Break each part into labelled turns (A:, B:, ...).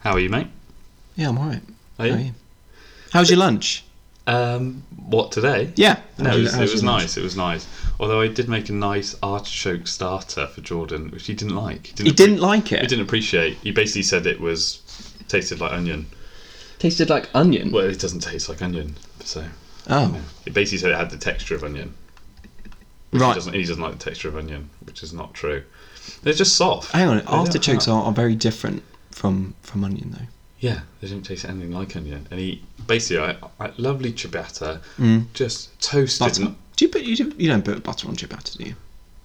A: How are you, mate?
B: Yeah, I'm alright.
A: Are you?
B: How are you? How's your lunch?
A: Um, what today?
B: Yeah.
A: No, it
B: How's your-
A: was, it
B: how's
A: was
B: your lunch?
A: nice. It was nice. Although I did make a nice artichoke starter for Jordan, which he didn't like. He didn't,
B: He
A: appre-
B: didn't like
A: He
B: it.
A: didn't appreciate. He basically said it was tasted like onion.
B: Tasted like onion.
A: Well, it doesn't taste like onion. So
B: Oh,
A: it basically said it had the texture of onion. He
B: right.
A: doesn't, he doesn't like the texture of onion, which is not true. They're just soft.
B: Hang on.
A: They don't
B: Artichokes
A: have-
B: are, are very different from from onion, though.
A: Yeah, they didn't taste anything like onion. And he basically, I, I lovely ciabatta, just toasted.
B: Mm. Butter. Do you put you, do, you don't put butter on ciabatta, do you?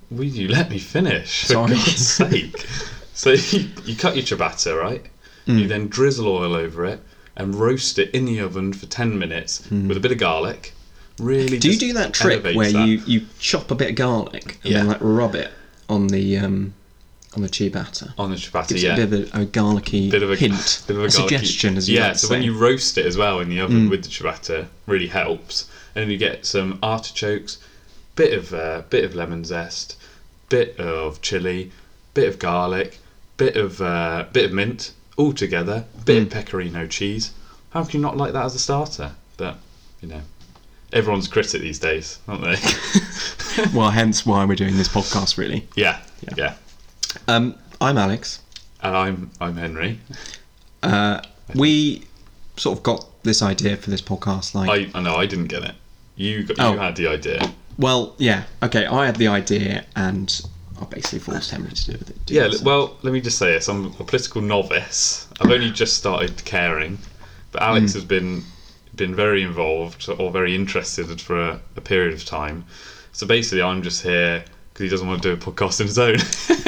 A: Will you let me finish? For
B: Sorry.
A: God's sake. So you, you cut your ciabatta, right?
B: Mm.
A: You then drizzle oil over it and roast it in the oven for 10 minutes with a bit of garlic. Really
B: Mm. Do you
A: just
B: do that trick
A: elevates
B: where
A: that.
B: you you chop a bit of garlic and then
A: Yeah.
B: like rub it on the um on the ciabatta?
A: On the ciabatta,
B: Gives
A: yeah.
B: it a bit of a, a garlicky
A: bit of a
B: hint,
A: bit of a, garlicky-
B: suggestion, as you
A: yeah.
B: like to
A: so when
B: say. Mm.
A: you roast it as well in the oven with the ciabatta, really helps. And then you get some artichokes, bit of uh, bit of lemon zest, bit of chili, bit of garlic, bit of uh, bit of mint, all together, bit
B: Mm.
A: of pecorino cheese. How can you not like that as a starter? But you know, everyone's a critic these days, aren't they?
B: well, hence why we're doing this podcast, really.
A: yeah,
B: Yeah.
A: yeah,
B: Um, I'm Alex.
A: And I'm I'm Henry.
B: Uh, we sort of got this idea for this podcast, like
A: I I know I didn't get it. You got,
B: Oh.
A: you had the idea.
B: Well, yeah. Okay, I had the idea and I basically forced Henry to do with it. do
A: Yeah,
B: it, so-
A: well, let me just say this. I'm a political novice. I've only just started caring, but Alex
B: Hmm.
A: has been been very involved or very interested for a, a period of time. So basically, I'm just here because he doesn't want to do a podcast on his own.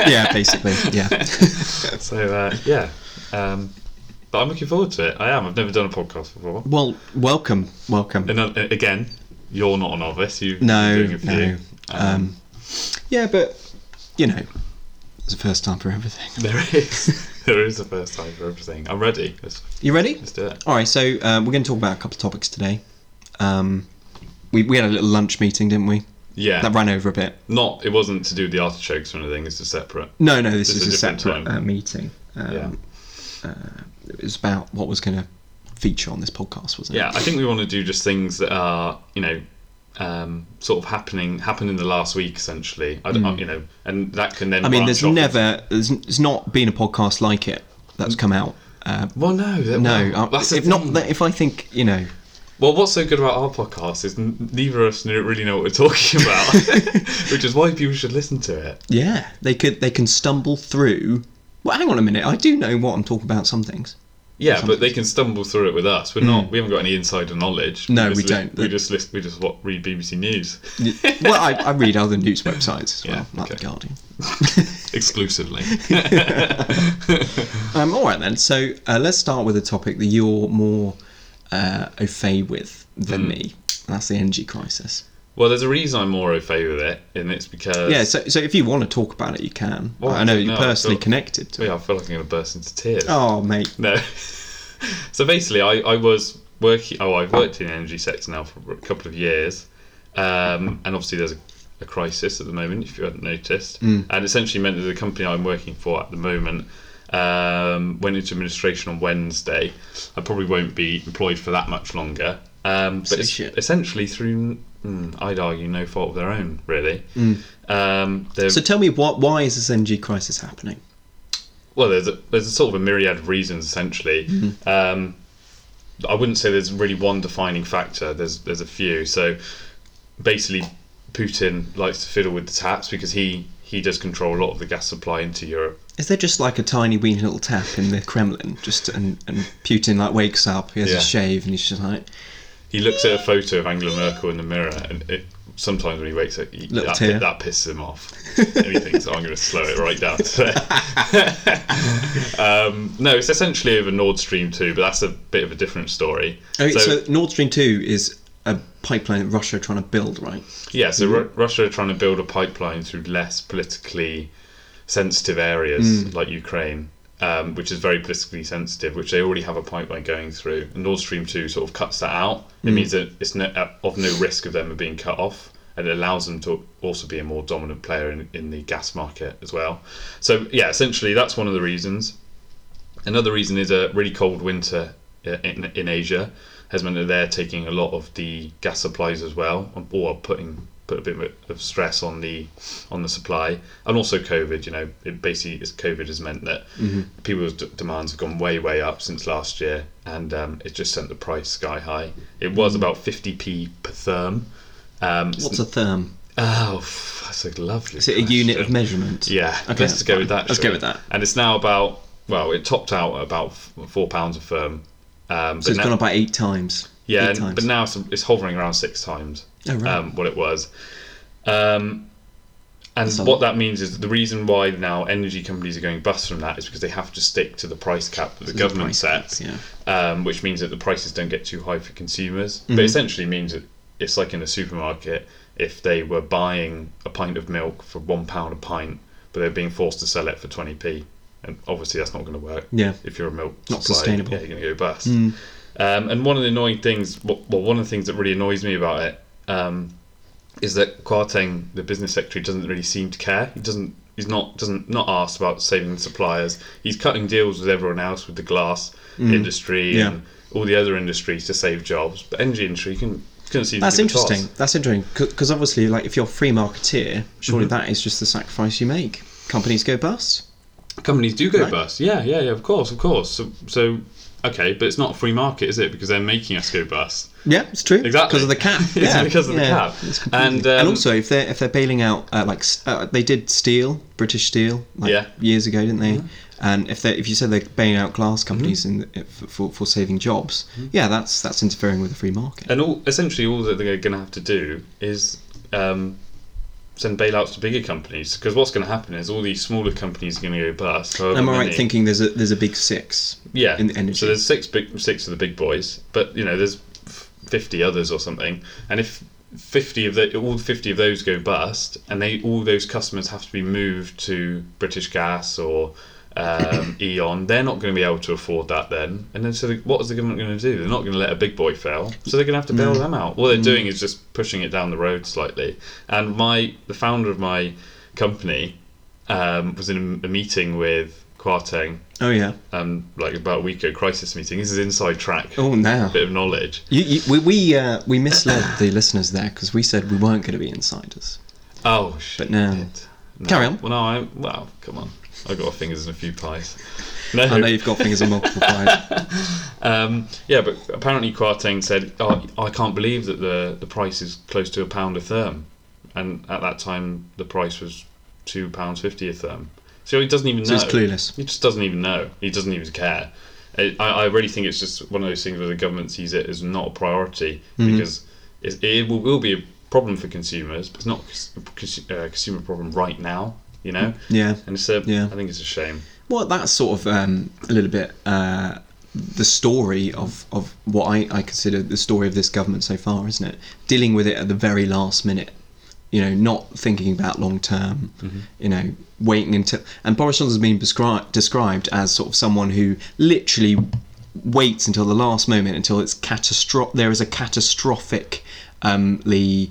B: yeah, basically. Yeah.
A: so uh, yeah, um, but I'm looking forward to it. I am. I've never done a podcast before.
B: Well, welcome, welcome.
A: And uh, again, you're not a novice. You've
B: No,
A: been doing a few.
B: no. Um, yeah, but you know, it's the first time for everything.
A: there is there is a first time for everything. I'm ready. Let's
B: You ready?
A: let's do it.
B: All right. So um, we're going to talk about a couple of topics today. Um, we we had a little lunch meeting, didn't we?
A: Yeah.
B: That ran over a bit.
A: Not. It wasn't to do with the artichokes or anything. It's just separate.
B: No, no. This,
A: This
B: is,
A: is
B: a
A: a different
B: separate
A: time.
B: uh, meeting. Um,
A: Yeah.
B: uh, it was about what was going to feature on this podcast, wasn't it?
A: Yeah. I think we want to do just things that are you know um, sort of happening happened in the last week essentially. I don't you know, and that can then.
B: Mm. I mean,
A: branch
B: there's
A: off into-
B: never, there's, there's not been a podcast like it that's come out. Uh,
A: Well, no, that-
B: no,
A: well,
B: uh,
A: that's the
B: if not,
A: thing.
B: that- if I think, you know,
A: Well, what's so good about our podcast is n- neither of us kn- really know what we're talking about, which is why people should listen to it.
B: yeah, they could, they can stumble through. Well, hang on a minute, I do know what I'm talking about. Some things.
A: Yeah, but they can stumble through it with us. We're not. We haven't got any insider knowledge.
B: Mm. No,
A: just
B: we
A: li-
B: don't.
A: We just list, we just what, read BBC News
B: well, I, I read other news websites as well,
A: Yeah,
B: like
A: okay.
B: the Guardian.
A: exclusively.
B: Um, all right then. So uh, let's start with a topic that you're more uh, au fait with than
A: Hmm.
B: me. And that's the energy crisis.
A: well, there's a reason I'm more au fait with it, and it's because
B: Yeah. So, so if you want to talk about it, you can.
A: Well,
B: I know you're
A: no,
B: personally
A: so-
B: connected to it.
A: Yeah, I feel like I'm going to burst into tears.
B: Oh, mate.
A: No. so basically, I, I was working. Oh, I've worked in the energy sector now for a couple of years, um, and obviously there's a, a crisis at the moment. If you hadn't noticed, and essentially meant that the company I'm working for at the moment um, went into administration on Wednesday. I probably won't be employed for that much longer. Um, but
B: So
A: it's
B: shit.
A: essentially through, mm, I'd argue, no fault of their own, really. Um, they're-
B: So tell me, what? Why is this energy crisis happening?
A: well, there's a, there's a sort of a myriad of reasons essentially.
B: Mm-hmm.
A: Um, I wouldn't say there's really one defining factor. There's there's a few. So basically, Putin likes to fiddle with the taps because he he does control a lot of the gas supply into Europe.
B: Is there just like a tiny weeny little tap in the Kremlin? Just and, and Putin like wakes up, he has
A: Yeah.
B: a shave, and he's just like
A: He looks at a photo of Angela Merkel in the mirror, and it, sometimes when he wakes up, he,
B: Little
A: that,
B: tear.
A: that pisses him off. and he thinks, "Oh, I'm going to slow it right down today. um, no, it's essentially over Nord Stream 2, but that's a bit of a different story.
B: Oh, so, Nord Stream Two is a pipeline that Russia are trying to build, right?
A: Yeah, so Ru- Russia are trying to build a pipeline through less politically sensitive areas like Ukraine, um, which is very politically sensitive, which they already have a pipeline going through. And Nord Stream 2 sort of cuts that out. It means that it's no, uh, of no risk of them being cut off. And it allows them to also be a more dominant player in, in the gas market as well. So, yeah, essentially, that's one of the reasons. Another reason is a really cold winter uh, in, in Asia has meant that they're taking a lot of the gas supplies as well, or putting put a bit of stress on the on the supply, and also COVID. You know, it basically is COVID has meant that
B: Mm-hmm.
A: people's d- demands have gone way way up since last year, and um, it just sent the price sky high. It was
B: Mm.
A: about 50p per therm. Um, it's-
B: What's a therm?
A: oh, f- that's a lovely.
B: Is it a unit of
A: question.
B: measurement?
A: Yeah, let's
B: Okay, that's
A: go with
B: fine.
A: that.
B: Let's
A: shall
B: go
A: we?
B: with that.
A: And it's now about well, it topped out at about f- four pounds a firm. Um,
B: So
A: but
B: it's
A: now-
B: gone up by eight times.
A: yeah,
B: eight
A: and-
B: times.
A: but now it's, it's hovering around six times
B: Oh, right.
A: um, what it was. Um, and
B: That's a
A: what
B: lot.
A: that means is the reason why now energy companies are going bust from that is because they have to stick to the price cap that the
B: the
A: government
B: price cap,
A: sets, um, which means that the prices don't get too high for consumers.
B: Mm-hmm.
A: But essentially means that it's like in a supermarket if they were buying a pint of milk for one pound a pint, but they're being forced to sell it for twenty p. And obviously that's not going to work.
B: Yeah.
A: If you're a milk
B: Not
A: supplier,
B: sustainable. Mm.
A: Yeah, you're going to go bust. Um, and one of the annoying things, well, well, one of the things that really annoys me about it um, is that Kwarteng, the business secretary, doesn't really seem to care. He doesn't. He's not doesn't not asked about saving the suppliers. He's cutting deals with everyone else with the glass industry
B: Mm. Yeah.
A: and all the other industries to save jobs. But energy industry can couldn't seem.
B: That's
A: to give a toss.
B: interesting. That's interesting because obviously, like, if you're a free marketeer, surely
A: Mm-hmm.
B: that is just the sacrifice you make. Companies go bust.
A: Companies do go
B: Right.
A: bust. Yeah, yeah, yeah. Of course, of course. So, so okay, but it's not a free market, is it? Because they're making us go bust.
B: Yeah, it's true.
A: Exactly.
B: because of the cap.
A: It's
B: Yeah,
A: because of the
B: yeah.
A: cap.
B: It's completely-
A: And, um,
B: and also, if they're if they're bailing out, uh, like s- uh, they did steel, British Steel, like
A: Yeah. Mm-hmm.
B: years ago, didn't they? And if they if you said they're bailing out glass companies in, for, for for saving jobs,
A: Mm-hmm.
B: yeah, that's that's interfering with the free market.
A: And all essentially all that they're going to have to do is um, send bailouts to bigger companies because what's going to happen is all these smaller companies are going to go bust. however
B: Am I right
A: many.
B: thinking there's a there's a big six?
A: Yeah.
B: in the energy?
A: So there's six big six of the big boys, but you know there's f- fifty others or something, and if fifty of the all fifty of those go bust, and they all those customers have to be moved to British Gas or um, Eon, they're not going to be able to afford that then. And then so the, what is the government going to do? They're not going to let a big boy fail, so they're going to have to bail
B: Mm.
A: them out. What they're doing is just pushing it down the road slightly. And my the founder of my company um, was in a, a meeting with Kwarteng
B: Oh yeah.
A: um, like about a week ago crisis meeting. This is inside track,
B: Oh now.
A: bit of knowledge.
B: You, you, we we, uh, we misled the listeners there because we said we weren't going to be insiders.
A: Oh shit!
B: But no.
A: No.
B: Carry on.
A: Well, no, I well, come on. I got my fingers in a few pies. No,
B: I know you've got fingers in multiple pies.
A: um, yeah, but apparently Quarteng said, oh, "I can't believe that the the price is close to a pound a therm," and at that time the price was two pounds fifty a therm. So he doesn't even
B: So
A: know.
B: he's clueless.
A: He just doesn't even know. He doesn't even care. I, I I really think it's just one of those things where the government sees it as not a priority
B: Mm-hmm.
A: because it, it will, will be a problem for consumers, but it's not a cons- uh, consumer problem right now. You know.
B: Yeah.
A: And it's a,
B: Yeah.
A: I think it's a shame.
B: Well, that's sort of um, a little bit uh, the story of, of what I, I consider the story of this government so far, isn't it? Dealing with it at the very last minute, you know, not thinking about long term, you know, waiting until. And Boris Johnson has been prescri- described as sort of someone who literally waits until the last moment until it's catastro- there is a catastrophic um, ly,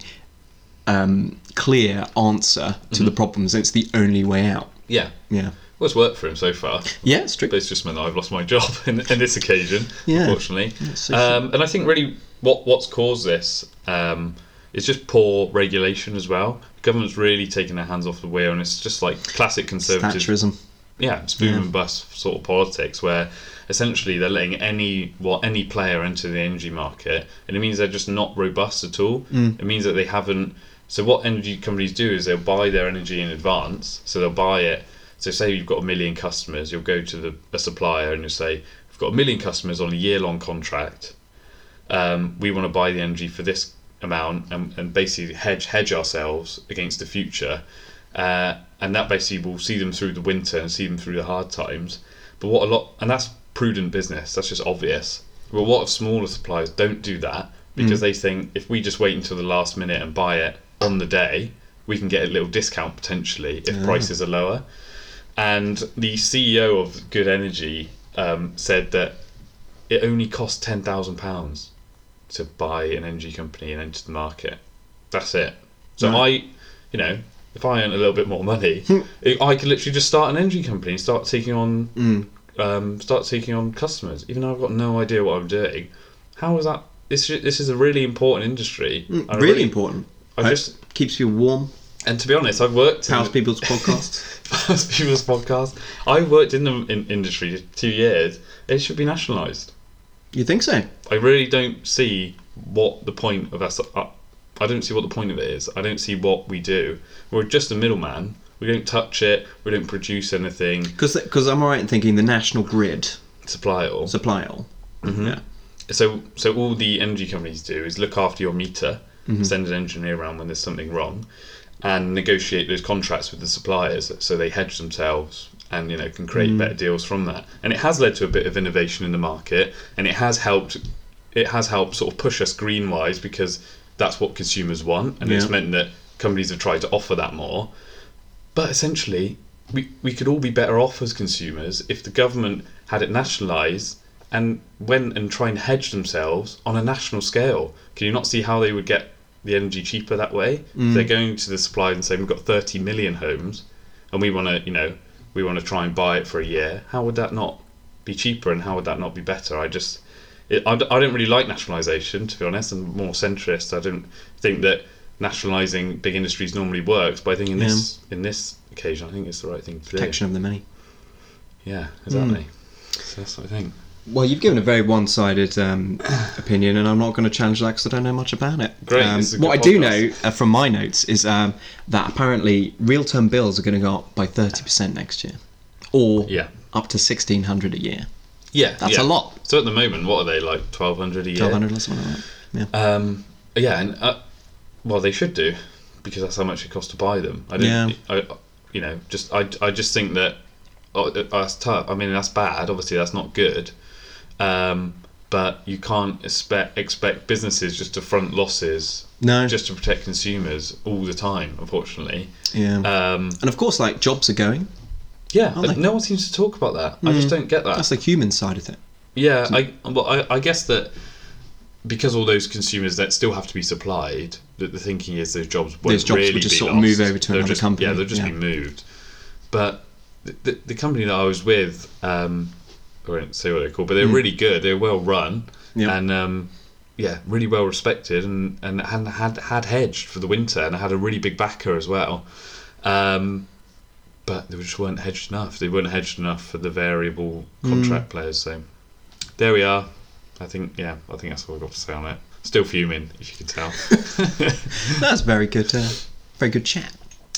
B: um, clear answer to the problems and it's the only way out
A: Yeah.
B: yeah
A: Well, it's worked for him so far.
B: yeah it's true
A: but it's just meant that I've lost my job in, in this occasion,
B: Yeah.
A: unfortunately.
B: so
A: um, and I think really what what's caused this um, is just poor regulation as well. government's really taken their hands off the wheel, and it's just like classic conservative
B: Thatcherism.
A: yeah, spoon and bust sort of politics where essentially they're letting any well any player enter the energy market, and it means they're just not robust at all. It means that they haven't. So what energy companies do is they'll buy their energy in advance. So they'll buy it. So say you've got a million customers, you'll go to the a supplier and you'll say, "We've got a million customers on a year long contract. Um, we want to buy the energy for this amount and, and basically hedge hedge ourselves against the future." uh, and that basically will see them through the winter and see them through the hard times. But what a lot, and that's prudent business. That's just obvious. But what if smaller suppliers don't do that because they think if we just wait until the last minute and buy it on the day, we can get a little discount potentially if prices are lower. And the CEO of Good Energy um, said that it only costs ten thousand pounds to buy an energy company and enter the market. That's it. So I, you know, if I earn a little bit more money, I I could literally just start an energy company and start taking on
B: Mm.
A: um, start taking on customers, even though I've got no idea what I'm doing. How is that? This is- this is a really important industry.
B: Mm,
A: I
B: really, important.
A: I
B: Hope-
A: just-
B: keeps people warm.
A: And to be honest, I've worked
B: Powers
A: in
B: people's podcasts.
A: Fast People's podcast. I worked in the in industry for two years. It should be nationalised.
B: You think so?
A: I really don't see what the point of us. I I don't see what the point of it is. I don't see what we do. We're just a middleman. We don't touch it. We don't produce anything.
B: Because I'm alright in thinking the national grid
A: Supply it all.
B: supply it all.
A: Mm-hmm.
B: Yeah.
A: so so all the energy companies do is look after your meter, send an engineer around when there's something wrong, and negotiate those contracts with the suppliers so they hedge themselves and you know can create better deals from that. And it has led to a bit of innovation in the market, and it has helped. It has helped sort of push us green wise because that's what consumers want, and it's
B: Yeah.
A: meant that companies have tried to offer that more. But essentially, we, we could all be better off as consumers if the government had it nationalised and went and try and hedge themselves on a national scale. Can you not see how they would get the energy cheaper that way? If they're going to the supplier and saying we've got 30 million homes and we want to, you know, we want to try and buy it for a year. How would that not be cheaper and how would that not be better? I just, it, I, d- I don't really like nationalisation to be honest. I'm more centrist. I don't think that nationalising big industries normally works, but I think in
B: Yeah.
A: this in this occasion, I think it's the right thing to do.
B: Protection of the many.
A: Yeah, exactly. So that's what I think.
B: Well, you've given a very one-sided um, opinion, and I'm not going to challenge that because I don't know much about it.
A: Great,
B: Um,
A: this is a
B: what I
A: good
B: do know
A: podcast.
B: uh, from my notes is um, that apparently real-term bills are going to go up by 30% next year, or
A: Yeah.
B: up to 1,600 a year.
A: Yeah,
B: That's
A: yeah.
B: a lot.
A: So at the moment, what are they like? Twelve hundred a year.
B: 1,200 or something like that. Yeah.
A: Um, yeah, and uh, well, they should do because that's how much it costs to buy them. I don't,
B: Yeah.
A: I, you know, just I, I just think that oh, that's tough. I mean, that's bad. Obviously, that's not good. Um, but you can't expect expect businesses just to front losses
B: no.
A: just to protect consumers all the time. Unfortunately,
B: yeah.
A: um,
B: and of course, like jobs are going.
A: yeah,
B: Aren't they?
A: no one seems to talk about that. I just don't get that.
B: Mm. That's the human side of it.
A: Yeah, I well, I, I guess that because all those consumers that still have to be supplied, that the thinking is those jobs won't
B: Those jobs will
A: really
B: just
A: be
B: sort of
A: lost.
B: move over to
A: They'll
B: another
A: just-
B: company,
A: Yeah, they'll just
B: yeah.
A: be moved. But the, the, the company that I was with, um, I won't say what they're called, but they're really good. They're well run,
B: Hmm. Yeah.
A: and um, yeah, really well respected, and and had had had hedged for the winter, and had a really big backer as well. Um, but they just weren't hedged enough. They weren't hedged enough for the variable
B: Hmm.
A: contract players. So there we are. I think yeah, I think that's all I've got to say on it. Still fuming, if you can tell.
B: That's very good. Uh, very good chat.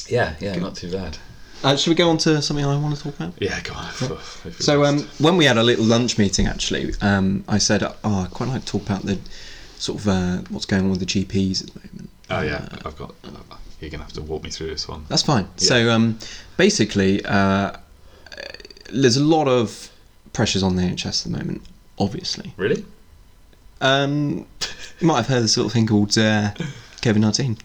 A: yeah, yeah, not too bad.
B: Uh, should we go on to something I want to talk about?
A: Yeah, go on. if you
B: So
A: must.
B: um, when we had our little lunch meeting, actually, um, I said, "Oh, I quite like to talk about the sort of uh, what's going on with the GPs at the moment."
A: oh yeah, I've got. You're gonna have to walk me through this one.
B: That's fine. So um, basically, uh, there's a lot of pressures on the NHS at the moment. Obviously,
A: Really?
B: um, you might have heard this little thing called uh, COVID nineteen.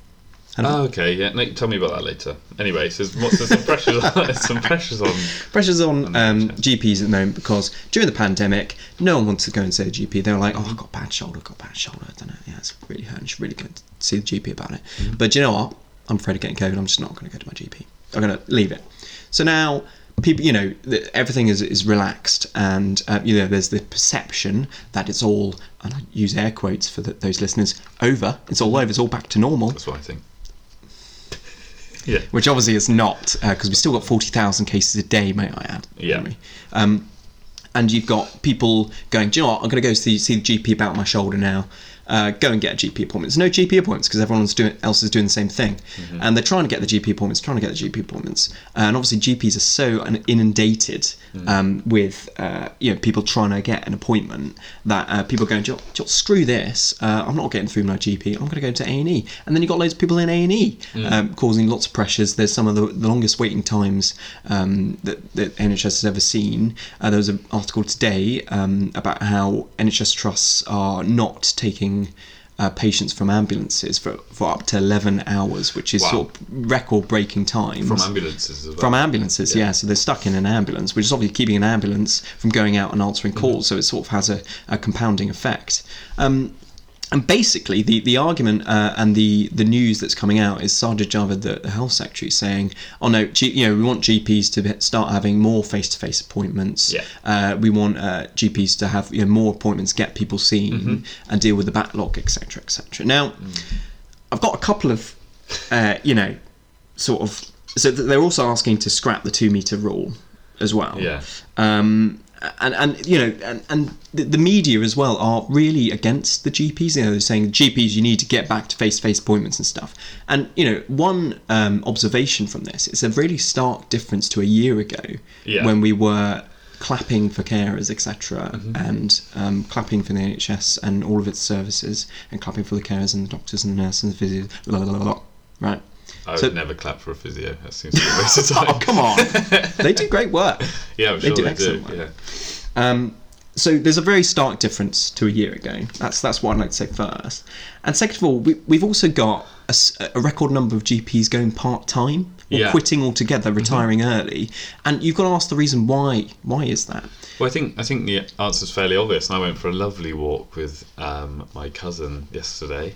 A: Oh, okay. Yeah. No, tell me about that later. Anyway, so there's, what's, there's some pressures. On, there's some pressures on.
B: Pressures on
A: the
B: um,
A: NHS.
B: GPs at the moment because during the pandemic, no one wanted to go and see a GP. They were like, "Oh, I've got bad shoulder, I've got bad shoulder. I don't know. Yeah, it's really hurting. Should really go and see the GP about it." But do you know what? I'm afraid of getting COVID. I'm just not going to go to my GP. I'm going to leave it. So now people, you know, th- everything is, is relaxed, and uh, you know, there's the perception that it's all, and I use air quotes for the, those listeners, over. It's all over. It's all back to normal
A: That's what I think. Yeah.
B: which obviously it's not because we've still got 40,000 cases a day, may I add.
A: Yeah.
B: haven't we? Um, and you've got people going, do you know what, I'm going to go see, see the GP about my shoulder now. Uh, go and get a GP appointment. There's no GP appointments because everyone else, doing, else is doing the same thing. And they're trying to get the GP appointments, trying to get the GP appointments. and obviously GPs are so un- inundated um, with uh, you know people trying to get an appointment that uh, people are going, "Do you know- do you know, screw this, uh, I'm not getting through my GP, I'm going to go to A&E. And then you've got loads of people in A&E
A: Mm.
B: um, causing lots of pressures. There's some of the, the longest waiting times um, that, that NHS has ever seen. Uh, there was an article today um, about how NHS trusts are not taking uh, patients from ambulances for, for up to 11 hours, which is
A: Wow.
B: sort of record breaking times
A: From ambulances as well.
B: from ambulances, yeah.
A: Yeah.
B: So they're stuck in an ambulance, which is obviously keeping an
A: Mm-hmm.
B: ambulance from going out and answering calls. So it sort of has a, a compounding effect. Um, And basically, the, the argument uh, and the, the news that's coming out is Sajid Javid, the, the health secretary, saying, "Oh no, G, you know, we want GPs to be- start having more face to face appointments.
A: Yeah.
B: Uh, we want uh, GPs to have you know, more appointments, get people seen,
A: Mm-hmm.
B: and deal with the backlog, etc., etc." Now,
A: Mm.
B: I've got a couple of, uh, you know, sort of. So th- they're also asking to scrap the two meter rule as well
A: Yeah.
B: um, and and you know and, and the, the media as well are really against the GPs. You know, they're saying GPs you need to get back to face to face appointments and stuff. And you know, one um, observation from this it's a really stark difference to a year ago
A: Yeah.
B: when we were clapping for carers, etc., and um, clapping for the NHS and all of its services, and clapping for the carers and the doctors and the nurses and the physios, blah blah blah, blah, blah right?
A: I would
B: So-
A: never clap for a physio. That seems like a waste of time.
B: Oh come on, they do great work.
A: Yeah, I'm
B: They
A: sure
B: do
A: they do.
B: excellent work.
A: Yeah.
B: Um, so there's a very stark difference to a year ago. That's that's what I'd like to say first. And second of all, we, we've also got a, s- a record number of GPs going part time or
A: Yeah. Mm-hmm.
B: quitting altogether, retiring early. And you've got to ask the reason why. Why is that?
A: Well, I think I think the answer's fairly obvious. And I went for a lovely walk with um, my cousin yesterday,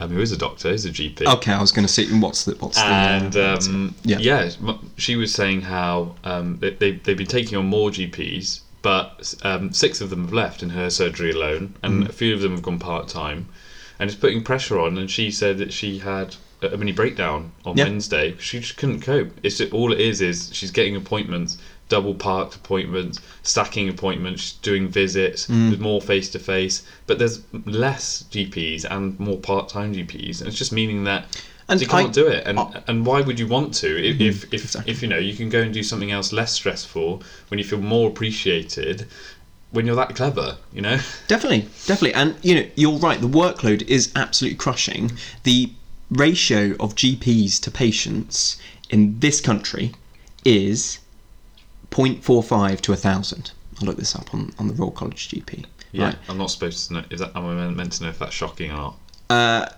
A: um, who is a doctor, is a GP.
B: Okay, I was going to say what's the what's
A: Oh. and
B: the uh,
A: um,
B: Yeah.
A: yeah. m- she was saying how um, they, they, they've been taking on more GPs, but um, six of them have left in her surgery alone,
B: Mm.
A: and a few of them have gone part time, and it's putting pressure on. And she said that she had a a mini breakdown on
B: Yeah.
A: Wednesday. She just couldn't cope. It's just, all it is is she's getting appointments, double parked appointments, stacking appointments, she's doing visits
B: Mm.
A: with more face to face, but there's less GPs and more part time GPs, and it's just meaning that
B: And
A: you can't
B: I-
A: do it, and
B: I- Mm-hmm.
A: and why would you want to if if, if,
B: exactly.
A: if you know you can go and do something else less stressful when you feel more appreciated when you're that clever, you know?
B: Definitely, definitely. And you know, you're right. The workload is absolutely crushing. The ratio of GPs to patients in this country is 0.45 to a thousand. I looked this up on, on the Royal College GP. Right.
A: I'm not supposed to know. Is that am I meant to know if that's shocking or not?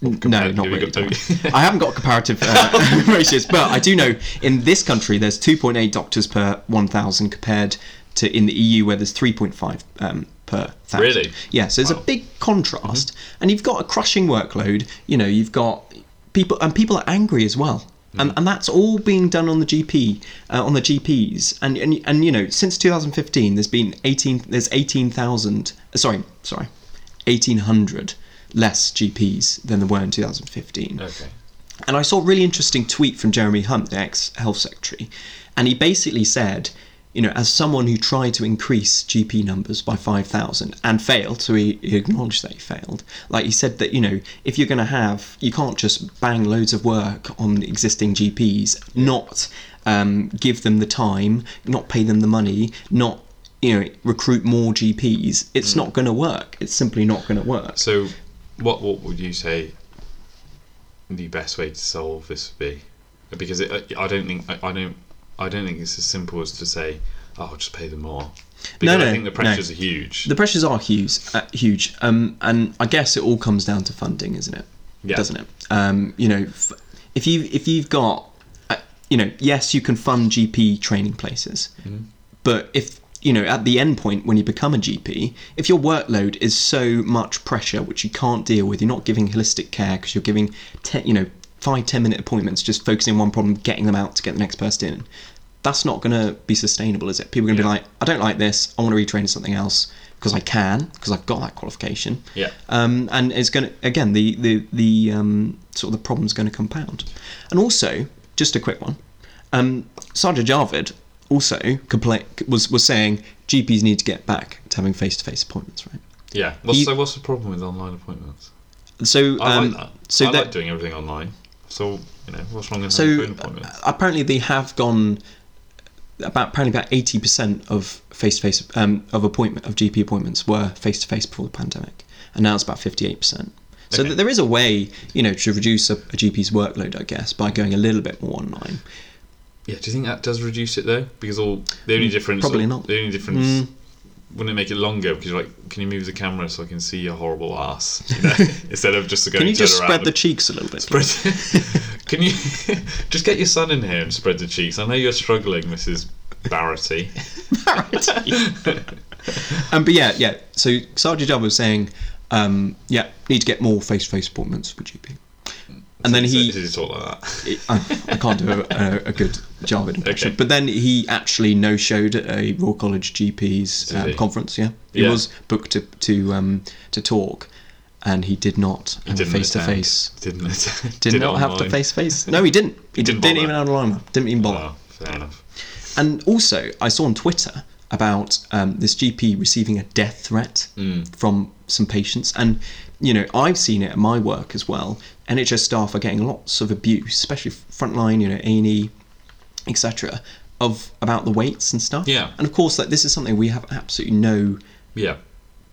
B: No,
A: compar-
B: not
A: have you
B: really.
A: got- have
B: don't worry. I haven't got comparative uh, ratios, but I do know in this country there's 2.8 doctors per 1,000 compared to in the EU where there's 3.5 um, per thousand.
A: Really?
B: Yeah, so there's a
A: Wow.
B: big contrast, and you've got a crushing workload. You know, you've got people, and people are angry as well. And, and that's all being done on the GP, uh, on the GPs, and, and and you know since 2015 there's been 18 there's 18,000 sorry sorry 1,800 less GPs than there were in 2015.
A: Okay.
B: And I saw a really interesting tweet from Jeremy Hunt, the ex health secretary, and he basically said, you know, as someone who tried to increase GP numbers by 5,000 and failed, so he, he acknowledged that he failed, like he said that, you know, if you're going to have, you can't just bang loads of work on the existing GPs, not um, give them the time, not pay them the money, not, you know, recruit more GPs. It's not going to work. It's simply not going to work.
A: So, what what would you say the best way to solve this would be? Because it, I I don't think I, I don't I don't think it's as simple as to say, "Oh, I'll just pay them more." Because
B: no,
A: I think the
B: no.
A: pressures are huge.
B: the pressures are huge, uh, huge, um, and I guess it all comes down to funding, isn't it?
A: Yeah.
B: Doesn't it? Um, you know, f- if you if you've got, uh, you know, yes, you can fund GP training places,
A: Mm-hmm.
B: but if you know at the end point when you become a GP, if your workload is so much pressure which you can't deal with, you're not giving holistic care because you're giving, te- you know, five ten minute appointments, just focusing on one problem, getting them out to get the next person in. That's not going to be sustainable, is it? People are going to
A: Yeah.
B: be like, I don't like this. I want to retrain to something else because I can, because I've got that qualification.
A: Yeah.
B: Um, and it's going to again the the the um, sort of the problem's going to compound. And also, just a quick one, um, Sajid Javid also compla- was was saying GPs need to get back to having face to face appointments, right?
A: yeah. What's,
B: you-
A: so, what's the problem with online appointments?
B: So
A: I
B: um,
A: like that.
B: So
A: I
B: that,
A: like doing everything online. So you know, what's wrong with having a
B: so
A: phone appointment?
B: uh, apparently they have gone about apparently about eighty percent of face to face um of appointment of GP appointments were face to face before the pandemic, and now it's about fifty eight percent. So
A: Okay.
B: th- there is a way, you know, to reduce a, a GP's workload, I guess, by going a little bit more online.
A: Yeah, do you think that does reduce it though? Because all the only difference
B: Mm, probably not.
A: The only difference
B: Mm.
A: wouldn't it make it longer? Because you're like, can you move the camera so I can see your horrible ass? You know? Instead of just going.
B: Can you
A: turn
B: just
A: around
B: spread
A: and-
B: the cheeks a little bit?
A: Spread- can you just get your son in here and spread the cheeks? I know you're struggling, Mrs. Barrety.
B: Barrett. um, but yeah, yeah. So Sergeant Java was saying Um, yeah, need to get more face to face appointments with GP. And then
A: Hmm. So-
B: he,
A: so you talk like that.
B: I, I can't do a, a, a good job at impression.
A: Okay.
B: But then he actually no showed at a Royal College GP's
A: Did
B: um,
A: he?
B: conference. Yeah, he
A: Yeah.
B: was booked to to um, to talk, and he did not have a
A: didn't
B: face to
A: attend.
B: face.
A: Didn't attend.
B: Did, not have to
A: online.
B: face to face. No, he didn't. He didn't,
A: didn't
B: didn't
A: bother.
B: even have an alarm. Didn't even bother.
A: Oh, fair enough.
B: And also, I saw on Twitter about um, this GP receiving a death threat
A: Hmm.
B: from some patients. And, you know, I've seen it at my work as well. NHS staff are getting lots of abuse, especially frontline, you know, A&E, etc., of about the weights and stuff.
A: Yeah.
B: And of course, like, this is something we have absolutely no
A: Yeah,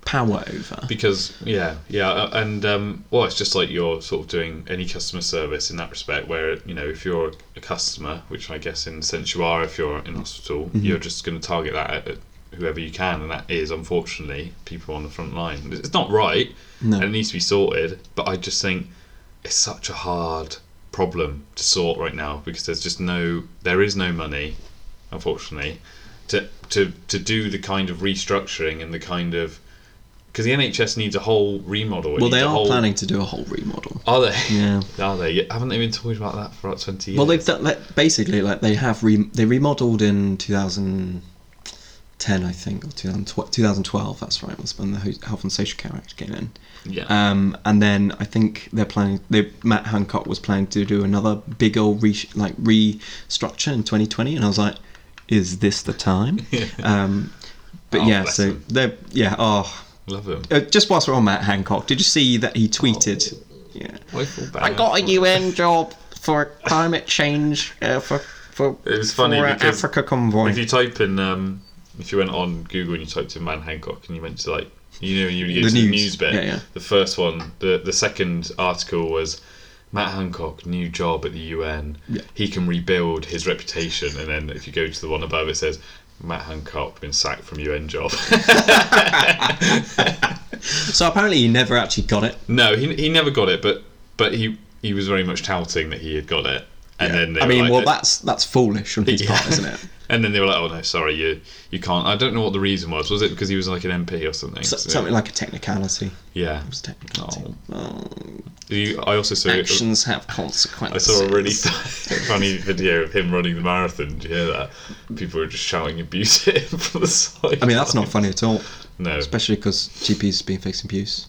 B: power over.
A: because yeah, yeah, uh, and um, well, it's just like you're sort of doing any customer service in that respect, where you know if you're a customer, which I guess in a sense you are, if you're in hospital, you're just going to target that at, at whoever you can, and that is unfortunately people on the front line. It's- It's not right, and it needs to be sorted. But I just think it's such a hard problem to sort right now because there's just no, there is no money, unfortunately, to to to do the kind of restructuring and the kind of because the NHS needs a whole remodel. It
B: well, they
A: needs a
B: are
A: whole-
B: planning to do a whole remodel.
A: Are they?
B: Yeah.
A: Are they? Yeah, Haven't they been talking about that for about twenty years?
B: Well, they've done, like, basically like they have re- they remodeled in 2010, I think, or 2012. 2012 that's right. Was when the Ho- Health and Social Care Act came in.
A: yeah.
B: Um, and then I think they're planning. They, Matt Hancock was planning to do another big old re- like restructure in 2020, and I was like, "Is this the time?" um, but
A: Oh,
B: yeah,
A: bless
B: so
A: him.
B: they're yeah. Oh,
A: Love them.
B: uh, just whilst we're on Matt Hancock, did you see that he tweeted?
A: Oh.
B: Yeah.
A: I, feel
C: I
A: bad
C: got a
A: for-
C: UN job for climate change uh, for for
A: It was funny
C: for, uh,
A: because
C: Africa convoy.
A: If you type in, um, if you went on Google and you typed in Man Hancock and you went to like, you know, when you would get
B: The
A: to the
B: news.
A: news bit,
B: Yeah, yeah.
A: the first one, the the second article was Matt Hancock, new job at the UN. He can rebuild his reputation. And then if you go to the one above, it says Matt Hancock been sacked from UN job.
B: So apparently he never actually got it.
A: no, he he never got it, but but he he was very much touting that he had got it. And then they
B: I
A: were
B: mean,
A: like,
B: well, that's that's foolish on his
A: Yeah.
B: part, isn't it?
A: And then they were like, "Oh no, sorry, you you can't." I don't know what the reason was. Was it because he was like an MP or something?
B: So, something like a technicality.
A: Yeah.
B: It's technicality.
A: Oh.
B: Well,
A: You, I also saw
B: actions have
A: I
B: consequences.
A: saw a really funny video of him running the marathon. Did you hear that? People were just shouting abuse at him from the side.
B: I mean, that's not funny at all,
A: No,
B: especially because GPs have been facing abuse.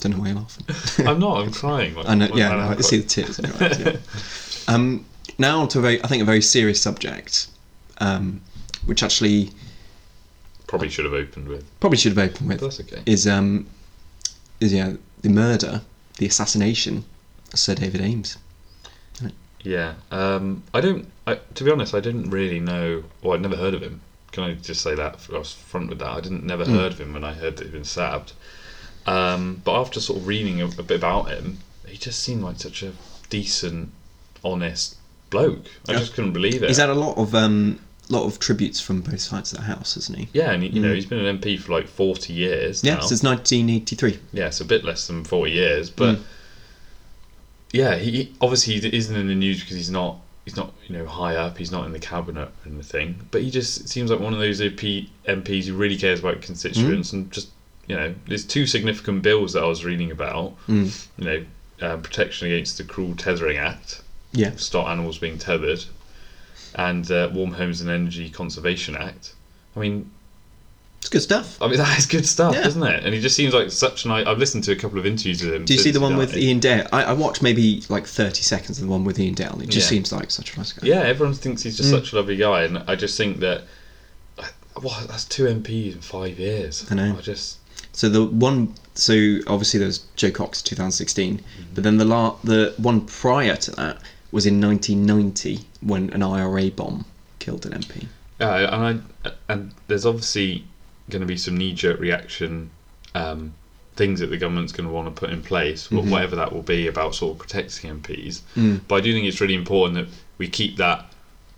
B: Don't know why you're laughing.
A: I'm not. I'm crying.
B: I know.
A: Like,
B: Yeah,
A: man,
B: no,
A: I'm
B: I see the
A: quite-
B: tears. in your eyes, yeah. um, now on to a very, I think a very serious subject, um, which actually
A: Probably should have opened with.
B: probably should have opened with.
A: That's okay.
B: Is um, is yeah, the murder, the assassination, of Sir David Ames.
A: Yeah. Um. I don't. I, to be honest, I didn't really know. Well, I'd never heard of him. Can I just say that? I was front with that. I didn't never
B: Hmm.
A: heard of him when I heard that he'd been stabbed. Um. But after sort of reading a, a bit about him, he just seemed like such a decent, honest bloke. I
B: Yeah.
A: just couldn't believe it.
B: He's had a lot of um, lot of tributes from both sides of the house, hasn't he?
A: Yeah, and he- you know he's been an MP for like forty years
B: Hmm. Yeah,
A: now.
B: since 1983.
A: yeah, it's a bit less than forty years, but yeah, he- he obviously he isn't in the news because he's not he's not you know high up, he's not in the cabinet or anything. But he just seems like one of those MP, MPs who really cares about constituents and just you know there's two significant bills that I was reading about. You know, uh, protection against the cruel tethering act,
B: Yeah.
A: stop animals being tethered, and uh, warm homes and energy conservation act. I mean,
B: It's good stuff.
A: I mean, that is good stuff,
B: Yeah.
A: isn't it? And he just seems like such an. I- I've listened to a couple of interviews with him.
B: Do you see
A: since
B: the one
A: he
B: with
A: died.
B: Ian Dale? I, I watched maybe like 30 seconds of the one with Ian Dale. It just
A: Yeah.
B: seems like such a nice guy.
A: Yeah, everyone thinks he's
B: Mm.
A: just such a lovely guy, and I just think that. Wow, that's two MPs in five years.
B: I know.
A: I just.
B: So the one, so obviously there was Joe Cox 2016, but then the la- the one prior to that was in 1990 when an IRA bomb killed an MP.
A: Uh, and I and there's obviously going to be some knee-jerk reaction um, things that the government's going to want to put in place,
B: Mm-hmm.
A: wh- whatever that will be about sort of protecting MPs.
B: Mm.
A: But I do think it's really important that we keep that.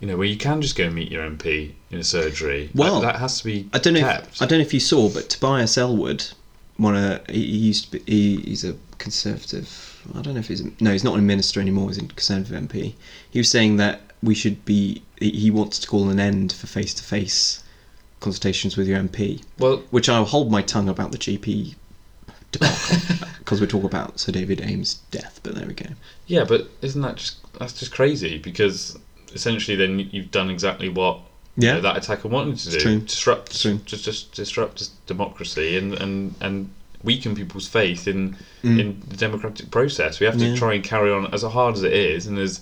A: You know, where you can just go and meet your MP in a surgery.
B: Well,
A: that, that has to be.
B: I don't know.
A: kept.
B: If, I don't know if you saw, but Tobias Elwood, one of he, he used to be, he, he's a conservative. I don't know if he's a- no, he's not a minister anymore. He's a conservative MP. He was saying that we should be. He he wants to call an end for face-to-face consultations with your MP,
A: Well,
B: which I'll hold my tongue about the GP debacle because we talk about Sir David Ames' death. But there we go.
A: Yeah, but isn't that just that's just crazy? Because essentially, then you've done exactly what you
B: Yeah.
A: know, that attacker wanted to do:
B: true.
A: disrupt,
B: It's true.
A: just just disrupt democracy and and and weaken people's faith in in the democratic process. We have to
B: Mm. Yeah.
A: try and carry on as hard as it is and as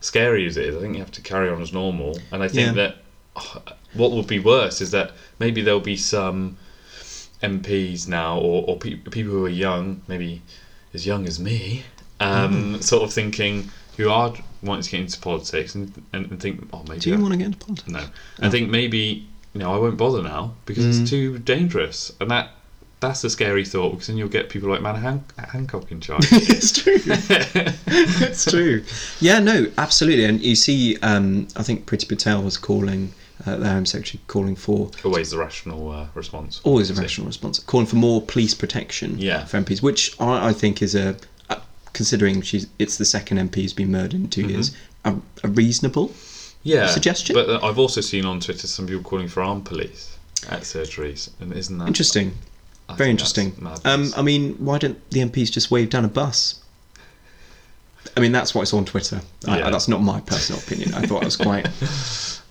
A: scary as it is. I think you have to carry on as normal. And I think
B: Yeah.
A: that oh, what would be worse is that maybe there'll be some MPs now or, or pe- people who are young, maybe as young as me,
B: Mm.
A: um, sort of thinking who are wanting to get into politics and, and, and think, oh, maybe
B: Do you
A: I-
B: want to get into politics?
A: no. I think maybe you know I won't bother now because
B: Mm.
A: it's too dangerous, and that that's a scary thought because then you'll get people like Man Han- Hancock in charge.
B: it's true. it's true. Yeah, no, absolutely. And you see, um, I think Priti Patel was calling, uh, the Home Secretary calling for
A: Always the rational uh, response.
B: always a rational response, calling for more police protection
A: Yeah.
B: for MPs, which I, I think is a, uh, considering she's it's the second MP who's been murdered in 2
A: Mm-hmm.
B: years, a, a reasonable.
A: Yeah.
B: Suggestion?
A: But uh, I've also seen on Twitter some people calling for armed police at surgeries, and isn't that
B: Interesting.
A: I
B: Very
A: think that's
B: interesting. Um,
A: madness.
B: I mean, why don't the MPs just wave down a bus? I mean, that's what's on Twitter. I-
A: Yeah.
B: that's not my personal opinion. I thought it was quite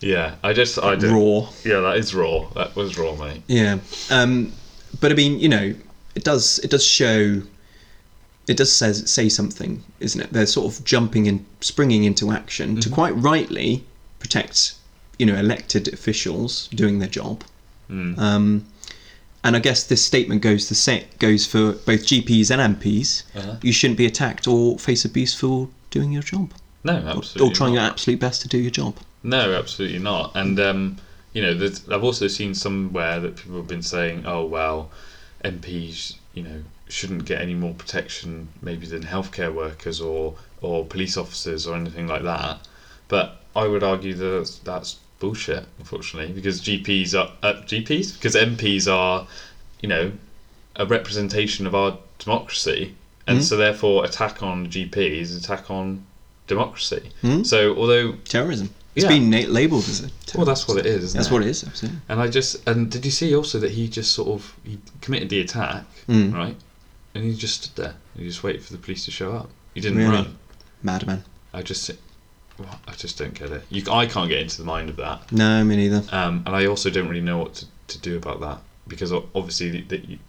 A: yeah, I just I don't.
B: raw.
A: Yeah, that is raw. That was raw, mate.
B: Yeah, um, but I mean, you know, it does it does show, it does says say something, isn't it? They're sort of jumping and springing into action
A: Mm-hmm.
B: to quite rightly protect, you know, elected officials doing their job.
A: Mm.
B: Um, and I guess this statement goes the same goes for both GPs and MPs.
A: Uh-huh.
B: You shouldn't be attacked or face abuse for doing your job
A: No, absolutely.
B: or trying
A: not.
B: your absolute best to do your job.
A: No, absolutely not. And um, you know, there's- I've also seen somewhere that people have been saying, "Oh well, MPs, you know, shouldn't get any more protection maybe than healthcare workers or or police officers or anything like that." But I would argue that that's, that's bullshit, unfortunately, because GPs are uh, GPs because MPs are, you know, a representation of our democracy, and so therefore attack on GPs, is attack on democracy. So although
B: Terrorism. It's
A: Yeah.
B: been na- labelled as a. Terrorism.
A: well, that's what it is, isn't
B: That's
A: it?
B: what it is. Absolutely.
A: And I just and did you see also that he just sort of he committed the attack,
B: Hmm.
A: right? And he just stood there. He just waited for the police to show up. He didn't
B: Really?
A: run.
B: Madman.
A: I just, well, I just don't get it. You, I can't get into the mind of that.
B: No, me neither.
A: Um, and I also don't really know what to, to do about that because o- obviously th- that you,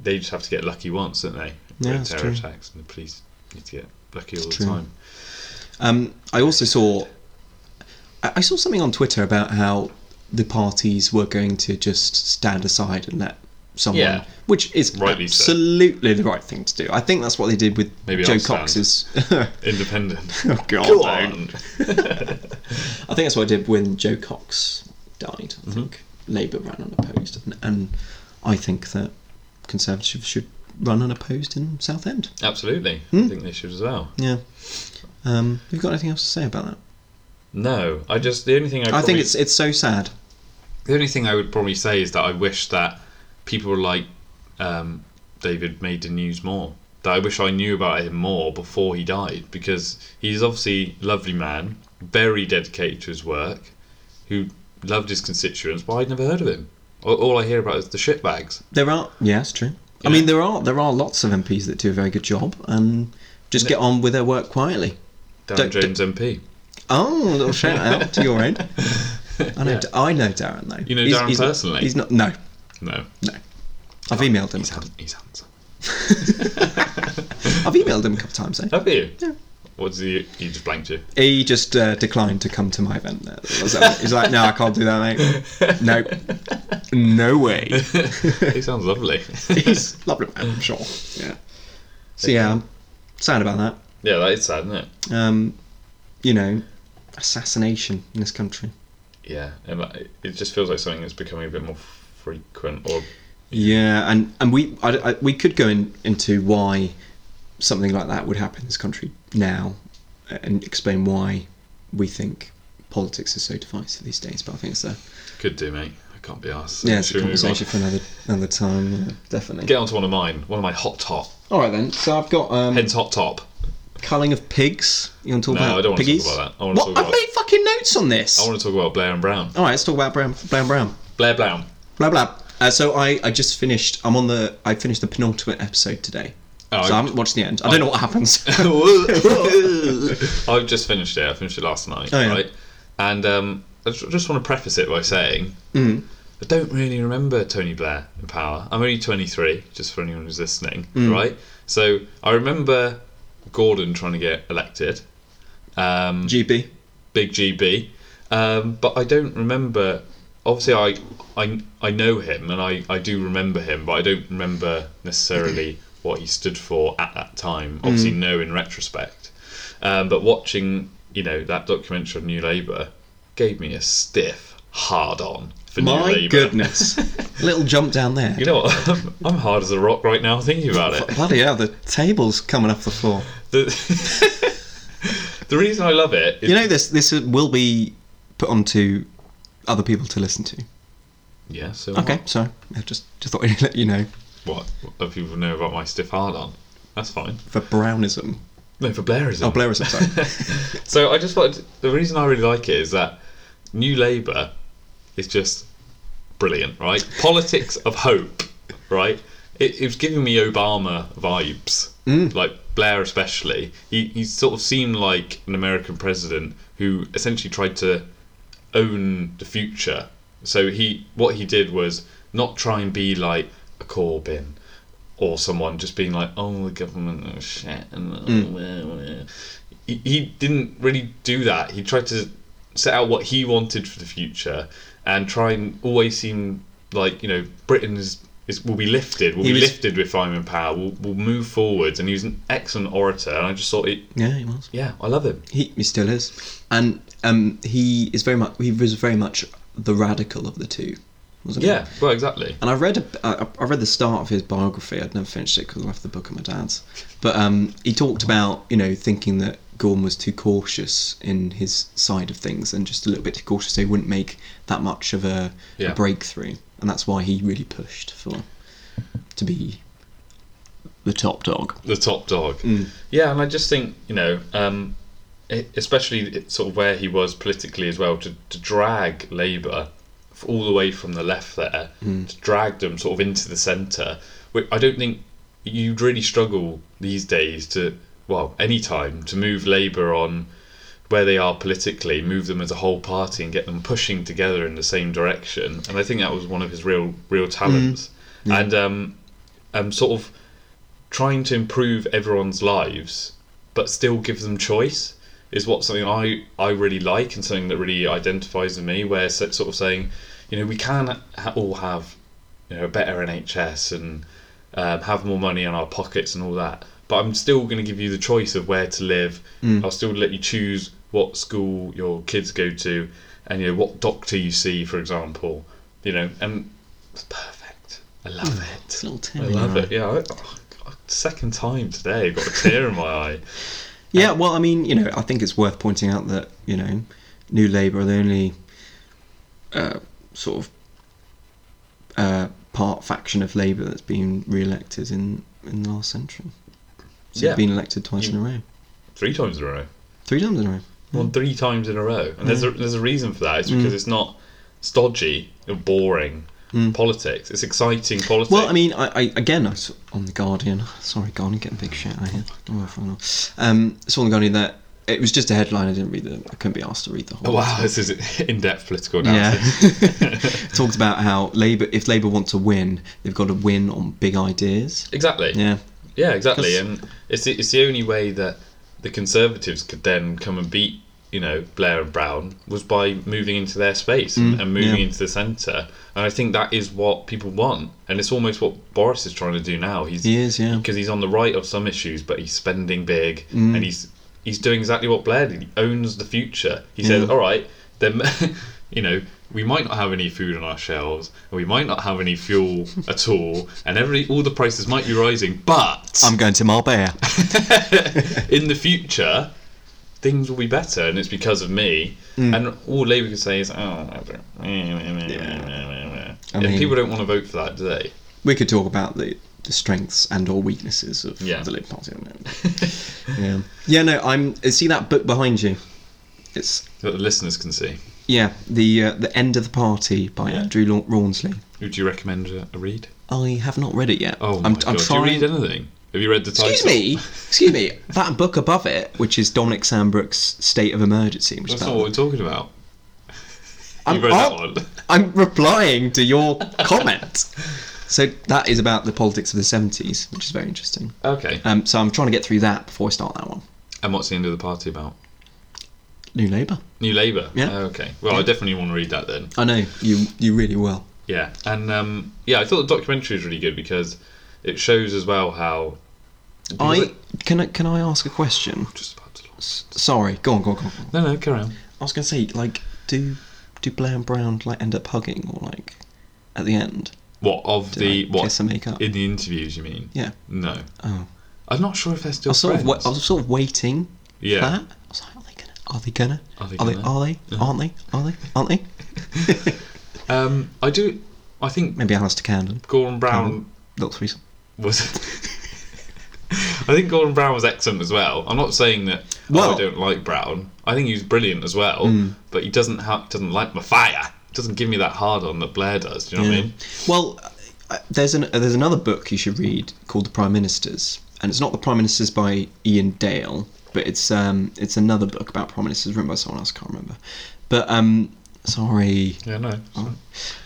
A: they just have to get lucky once, don't they? with
B: Yeah, that's
A: terror
B: true.
A: attacks and the police need to get lucky all the
B: true.
A: time.
B: Um, I also saw, I I saw something on Twitter about how the parties were going to just stand aside and let someone,
A: Yeah.
B: which is
A: Rightly so.
B: absolutely the right thing to do. I think that's what they did with
A: Maybe
B: Joe
A: I'll stand.
B: Cox's.
A: Independent.
B: oh God!
A: Go
B: no.
A: on.
B: I think that's what I did when Joe Cox died.
A: Mm-hmm.
B: I think Labour ran unopposed, and, and I think that Conservatives should run unopposed in Southend.
A: Absolutely,
B: Hmm?
A: I think they should as well.
B: Yeah. Um, have you got anything else to say about that?
A: No, I just the only thing I,
B: I think
A: probably-
B: it's it's so sad.
A: The only thing I would probably say is that I wish that people like um, David made the news more. That I wish I knew about him more before he died because he's obviously a lovely man, very dedicated to his work, who loved his constituents, but I'd never heard of him. All, all I hear about is the shitbags.
B: There are, yeah, it's true. I
A: Yeah.
B: mean, there are there are lots of MPs that do a very good job and just get on with their work quietly.
A: Darren
B: Don't-
A: Jones MP.
B: Oh, a little shout out to your end. I know,
A: Yeah.
B: I know Darren though.
A: You know Darren
B: not-
A: personally?
B: he's not. No,
A: No,
B: no. I've emailed him. a
A: he's,
B: couple-
A: hand- he's handsome.
B: I've emailed him a couple times. Though.
A: Have you?
B: Yeah.
A: What's he? He just blanked you.
B: He just uh, declined to come to my event. There, Was that- he's like, no, I can't do that, mate. No, no way.
A: he sounds lovely.
B: He's lovely, man, I'm sure. Yeah. So yeah, I'm sad about that.
A: yeah, that is sad, isn't it?
B: um, you know, assassination in this country.
A: Yeah, and like, it just feels like something that's becoming a bit more frequent. Or
B: Yeah, and and we I, I- we could go in, into why something like that would happen in this country now, uh, and explain why we think politics is so divisive these days. But I think it's a
A: could do, mate. I can't be asked.
B: yeah, it's a conversation for another another time. Yeah, definitely.
A: Get onto one of mine. One of my hot top.
B: All right then. So I've got um,
A: Hens hot top.
B: culling of pigs. You want to talk
A: No,
B: about
A: I don't want to talk
B: piggies?
A: about that. I want to
B: What?
A: talk
B: I've
A: about-
B: made fucking notes on this.
A: I want to talk about Blair and Brown.
B: All right, let's talk about Brown Brown Brown.
A: Blair Brown.
B: Blah blah. Uh, so I, I just finished. I'm on the. I finished the penultimate episode today.
A: Oh,
B: so I
A: I-
B: haven't watched the end. I don't know what happens.
A: I've just finished it. I finished it last night,
B: Oh, yeah.
A: right? And um, I ju- just want to preface it by saying
B: Mm-hmm.
A: I don't really remember Tony Blair in Power. I'm only 23, just for anyone who's listening,
B: Mm.
A: right? So I remember Gordon trying to get elected, um,
B: GB.
A: big GB, um, but I don't remember. Obviously, I I, I know him and I, I do remember him, but I don't remember necessarily what he stood for at that time. Obviously,
B: Mm.
A: no in retrospect. Um, but watching, you know, that documentary on New Labour gave me a stiff hard on for New
B: My
A: Labour.
B: goodness. Little jump down there.
A: You know what? I'm, I'm hard as a rock right now thinking about it.
B: Bloody hell, the table's coming off the floor.
A: The, the reason I love it is.
B: You know this. This will be put onto other people to listen to.
A: yeah, so
B: Okay, sorry. I just just thought I'd let you know
A: what? What other people know about my stiff hard on? That's fine.
B: for brownism.
A: No, for Blairism.
B: Oh, Blairism. Sorry.
A: So I just wanted the reason I really like it is that New Labour is just brilliant, right? Politics of hope, right? It, it was giving me Obama vibes, like Blair especially. He he sort of seemed like an American president who essentially tried to own the future. So he what he did was not try and be like a Corbyn or someone just being like, "Oh, the government oh shit," and
B: Hmm.
A: He, he didn't really do that. He tried to set out what he wanted for the future and try and always seem like you know Britain is. Is, will be lifted. Will
B: He
A: be
B: was-
A: lifted with I'm in power. Will will move forwards, and he was an excellent orator. And I just thought, it,
B: yeah, he was.
A: yeah, I love him.
B: He, he still is, and um, he is very much. He was very much the radical of the two, wasn't he?
A: Yeah, well, exactly.
B: And I read a, I, I read the start of his biography. I'd never finished it because I left the book at my dad's. But um, he talked about you know thinking that Gorm was too cautious in his side of things and just a little bit too cautious, so he wouldn't make that much of a,
A: Yeah.
B: a breakthrough. And that's why he really pushed for to be the top dog.
A: the top dog. Yeah, and I just think you know, um, e- especially it- sort of where he was politically as well, to, to drag Labour f- all the way from the left there, to drag them sort of into the centre. whi- I don't think you'd really struggle these days to well any time to move Labour on where they are politically, move them as a whole party and get them pushing together in the same direction. And I think that was one of his real real talents. And um, um, sort of trying to improve everyone's lives but still give them choice is what something I, I really like and something that really identifies with me where it's sort of saying you know we can ha- all have you know a better NHS and um, have more money in our pockets and all that but I'm still going to give you the choice of where to live I'll still let you choose what school your kids go to and you know what doctor you see for example you know and it's perfect I love it
B: It's a little
A: I
B: tear in
A: love
B: your
A: it. Yeah, I, oh, God, second time today, got a tear in my eye.
B: Yeah, well, I mean, you know, I think it's worth pointing out that you know, New Labour are the only uh, sort of uh, part faction of Labour that's been re-elected in in the last century. So
A: Yeah.
B: they've been elected twice in a row,
A: Three times in a row.
B: three times in a row.
A: Won
B: Mm.
A: three times in a row, and there's a, there's a reason for that. It's because it's not stodgy or boring politics. It's exciting politics.
B: Mm. Well, I mean, I, I again, I saw on the Guardian. Sorry, Guardian, getting big shit out here. Oh, fuck off. um, saw on the Guardian that it was just a headline. I didn't read the. I couldn't be asked to read the whole.
A: Oh, wow, this is in-depth political
B: Yeah.
A: analysis.
B: Talked about how Labour, if Labour want to win, they've got to win on big ideas.
A: Exactly.
B: Yeah.
A: Yeah, exactly.
B: 'Cause-
A: And it's the, it's the only way that the Conservatives could then come and beat, you know, Blair and Brown was by moving into their space and, and moving
B: Mm, yeah.
A: into the centre. And I think that is what people want. And it's almost what Boris is trying to do now. He's
B: He is, yeah.
A: because he's on the right of some issues, but he's spending big
B: Mm.
A: and he's he's doing exactly what Blair did. He owns the future. He says,
B: Yeah.
A: "All right, then, you know." We might not have any food on our shelves, and we might not have any fuel at all, and every all the prices might be rising. But
B: I'm going to Marbella.
A: in the future, things will be better, and it's because of me.
B: Mm.
A: And all Labour can say is, oh, I don't- and
B: mean-
A: people don't want to vote for that, do they?
B: we could talk about the, the strengths and or weaknesses of
A: Yeah.
B: the Labour Party. I don't know. yeah. Yeah. No, I'm. See that book behind you? It's
A: That the listeners can see.
B: yeah. The uh, the end of the party by Andrew Law- Rawnsley.
A: Would you recommend a, a read?
B: I have not read it yet.
A: Oh, my
B: I'm,
A: God.
B: I'm trying.
A: Do you read anything? Have you read the title?
B: Excuse me, excuse me. That book above it, which is Dominic Sandbrook's State of Emergency, which
A: That's
B: is
A: not
B: about
A: what we're talking about.
B: I'm-
A: you read
B: oh.
A: that one.
B: I'm replying to your comment. So that is about the politics of the 70s, which is very interesting.
A: Okay.
B: Um, so I'm trying to get through that before I start that one.
A: And what's the end of the party about?
B: New Labour.
A: New Labour.
B: Yeah.
A: Oh, okay. Well, I definitely want to read that then.
B: I know you. You really will.
A: Yeah. And um, yeah, I thought the documentary was really good because it shows as well how.
B: I
A: because
B: can. I, can I ask a question?
A: Just about to launch.
B: S- Sorry. Go on. Go on. Go on. go on.
A: No, no, carry on.
B: I was gonna say like, do do Blair and Brown like end up hugging or like at the end?
A: What of
B: Do
A: the
B: they
A: what
B: kiss and make up?
A: in the interviews? You mean?
B: Yeah.
A: No,
B: Oh.
A: I'm not sure if they're
B: I
A: still
B: was sort
A: friends.
B: of. Wa- I was sort of waiting.
A: yeah.
B: For that. I was like, are they gonna? Are they gonna?
A: Are they
B: Are they?
A: gonna?
B: Are they? Aren't they? Are they? Aren't they?
A: Um, I do. I think
B: Maybe Alistair Candon.
A: Gordon Brown
B: Candon. Little threesome.
A: was. I think Gordon Brown was excellent as well. I'm not saying that oh,
B: Well- Mm.
A: I don't like Brown. I think he's brilliant as well, but he doesn't ha- doesn't light my fire. Doesn't give me that hard on that Blair does. Do you know what I mean?
B: Um, Well, uh, there's an uh, there's another book you should read called The Prime Ministers, and it's not The Prime Ministers by Ian Dale, but it's um it's another book about prime ministers written by someone else. I can't remember, but um sorry.
A: Yeah, no.
B: Oh.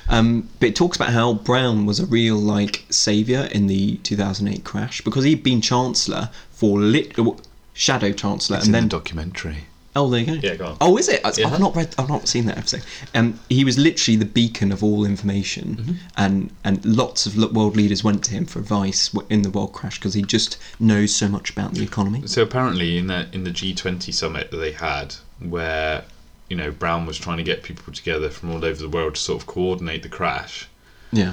B: Um, but it talks about how Brown was a real like savior in the 2008 crash because he'd been chancellor for lit uh, shadow chancellor and then
A: documentary.
B: oh there you go
A: Yeah, go on.
B: oh is it I,
A: Yeah.
B: I've not read I've not seen that episode um he was literally the beacon of all information
A: Mm-hmm.
B: and and lots of lo- world leaders went to him for advice w- in the world crash because he just knows so much about the economy
A: So apparently, in the in the G20 summit that they had, where you know Brown was trying to get people together from all over the world to sort of coordinate the crash.
B: yeah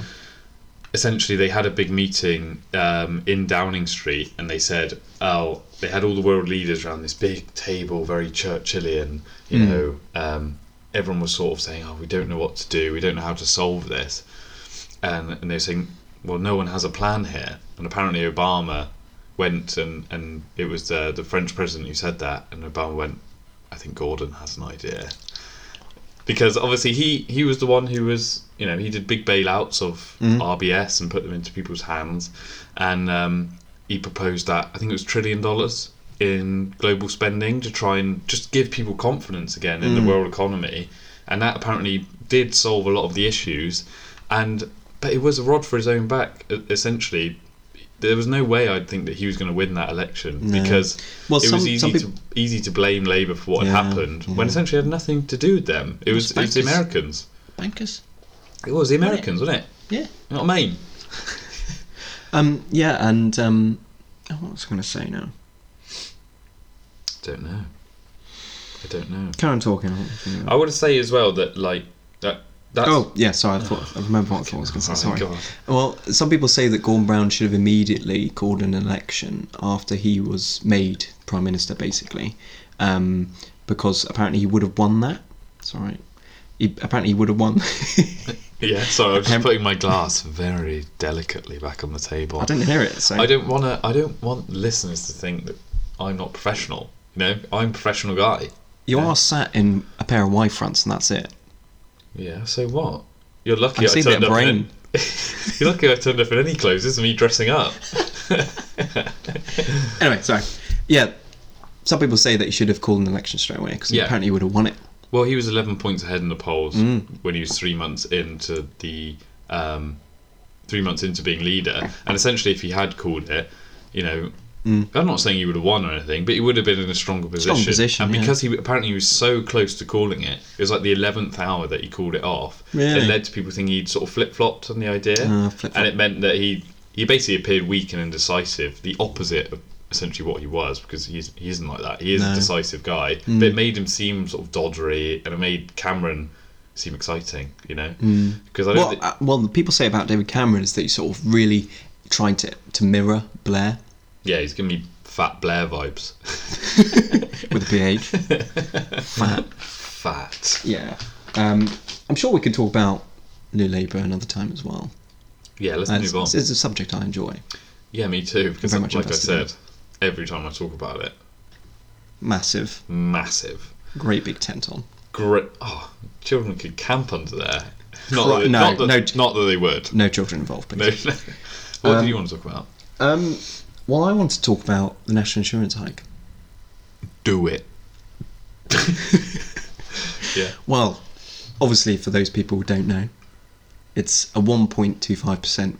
A: essentially they had a big meeting um, in Downing Street, and they said, "Oh, they had all the world leaders around this big table, very Churchillian." You know, um, everyone was sort of saying, "Oh, we don't know what to do. We don't know how to solve this," and and they were saying, "Well, no one has a plan here." And apparently, Obama went and and it was the the French president who said that, and Obama went, "I think Gordon has an idea." because obviously he he was the one who was you know he did big bailouts of RBS and put them into people's hands, and um, he proposed that I think it was trillion dollars in global spending to try and just give people confidence again in the world economy, and that apparently did solve a lot of the issues, and but it was a rod for his own back e- essentially. There was no way I'd think that he was going to win that election
B: No.
A: because
B: Well,
A: it
B: some-
A: was easy
B: some peop-
A: to easy to blame Labour for what
B: Yeah,
A: had happened
B: yeah.
A: when essentially had nothing to do with them. It was it was the
B: Spankers.
A: Americans.
B: bankers
A: It was the Americans, wasn't it?
B: yeah
A: You know what I mean?
B: um yeah and um oh, what was I going to say now
A: Don't know. I don't know.
B: carry on talking I wasn't thinking about-
A: I want to say as well that like that. That's,
B: Oh yeah, sorry. I thought I remember what I thought I was going to say.
A: Oh,
B: Sorry.
A: God.
B: Well, some people say that Gordon Brown should have immediately called an election after he was made prime minister, basically, um, because apparently he would have won that. It's all right. He, apparently he would have won.
A: Yeah. Sorry, I'm just
B: Um,
A: putting my glass very delicately back on the table.
B: I didn't hear it. So
A: I don't want to. I don't want listeners to think that I'm not professional. You know, I'm a professional guy.
B: you are sat in a pair of Y fronts, and that's it.
A: Yeah. So what? You're lucky.
B: I've
A: I
B: seen
A: turned
B: their
A: up in-
B: brain.
A: You're lucky I turned up in any clothes. This is me dressing up.
B: Anyway, sorry. Yeah, some people say that he should have called an election straight away because
A: Yeah.
B: apparently he would have won it.
A: Well, he was 11 points ahead in the polls
B: Mm.
A: when he was three months into the um, three months into being leader, and essentially, if he had called it, you know,
B: Mm.
A: I'm not saying he would have won or anything, but he would have been in a stronger position.
B: position,
A: and
B: yeah.
A: because he apparently he was so close to calling it, it was like the 11th hour that he called it off.
B: Really?
A: It led to people thinking he'd sort of flip flopped on the idea,
B: Ah, flip-flop.
A: and it meant that he he basically appeared weak and indecisive, the opposite of essentially what he was because he's he isn't like that. He is
B: No. Mm.
A: a decisive guy, but it made him seem sort of doddery, and it made Cameron seem exciting. You know, because I don't.
B: Well,
A: thi-
B: uh, well, the people say about David Cameron is that he sort of really tried to to mirror Blair
A: yeah, he's giving me fat Blair vibes.
B: with a PH. Fat.
A: fat.
B: Yeah. Um, I'm sure we could talk about New Labour another time as well.
A: Yeah, let's
B: Uh,
A: move on.
B: It's, it's a subject I enjoy.
A: yeah, me too. Because
B: very
A: like
B: much
A: I
B: invested in
A: said, every time I talk about it,
B: Massive,
A: massive,
B: great big tent on.
A: great. Oh, children could camp under there. Not that,
B: Cri- no,
A: not that,
B: no.
A: not that they would.
B: No children involved, please.
A: No. what do you want to talk about?
B: Um, well, I want to talk about the national insurance hike.
A: Do it. yeah.
B: Well, obviously, for those people who don't know, it's a 1.25%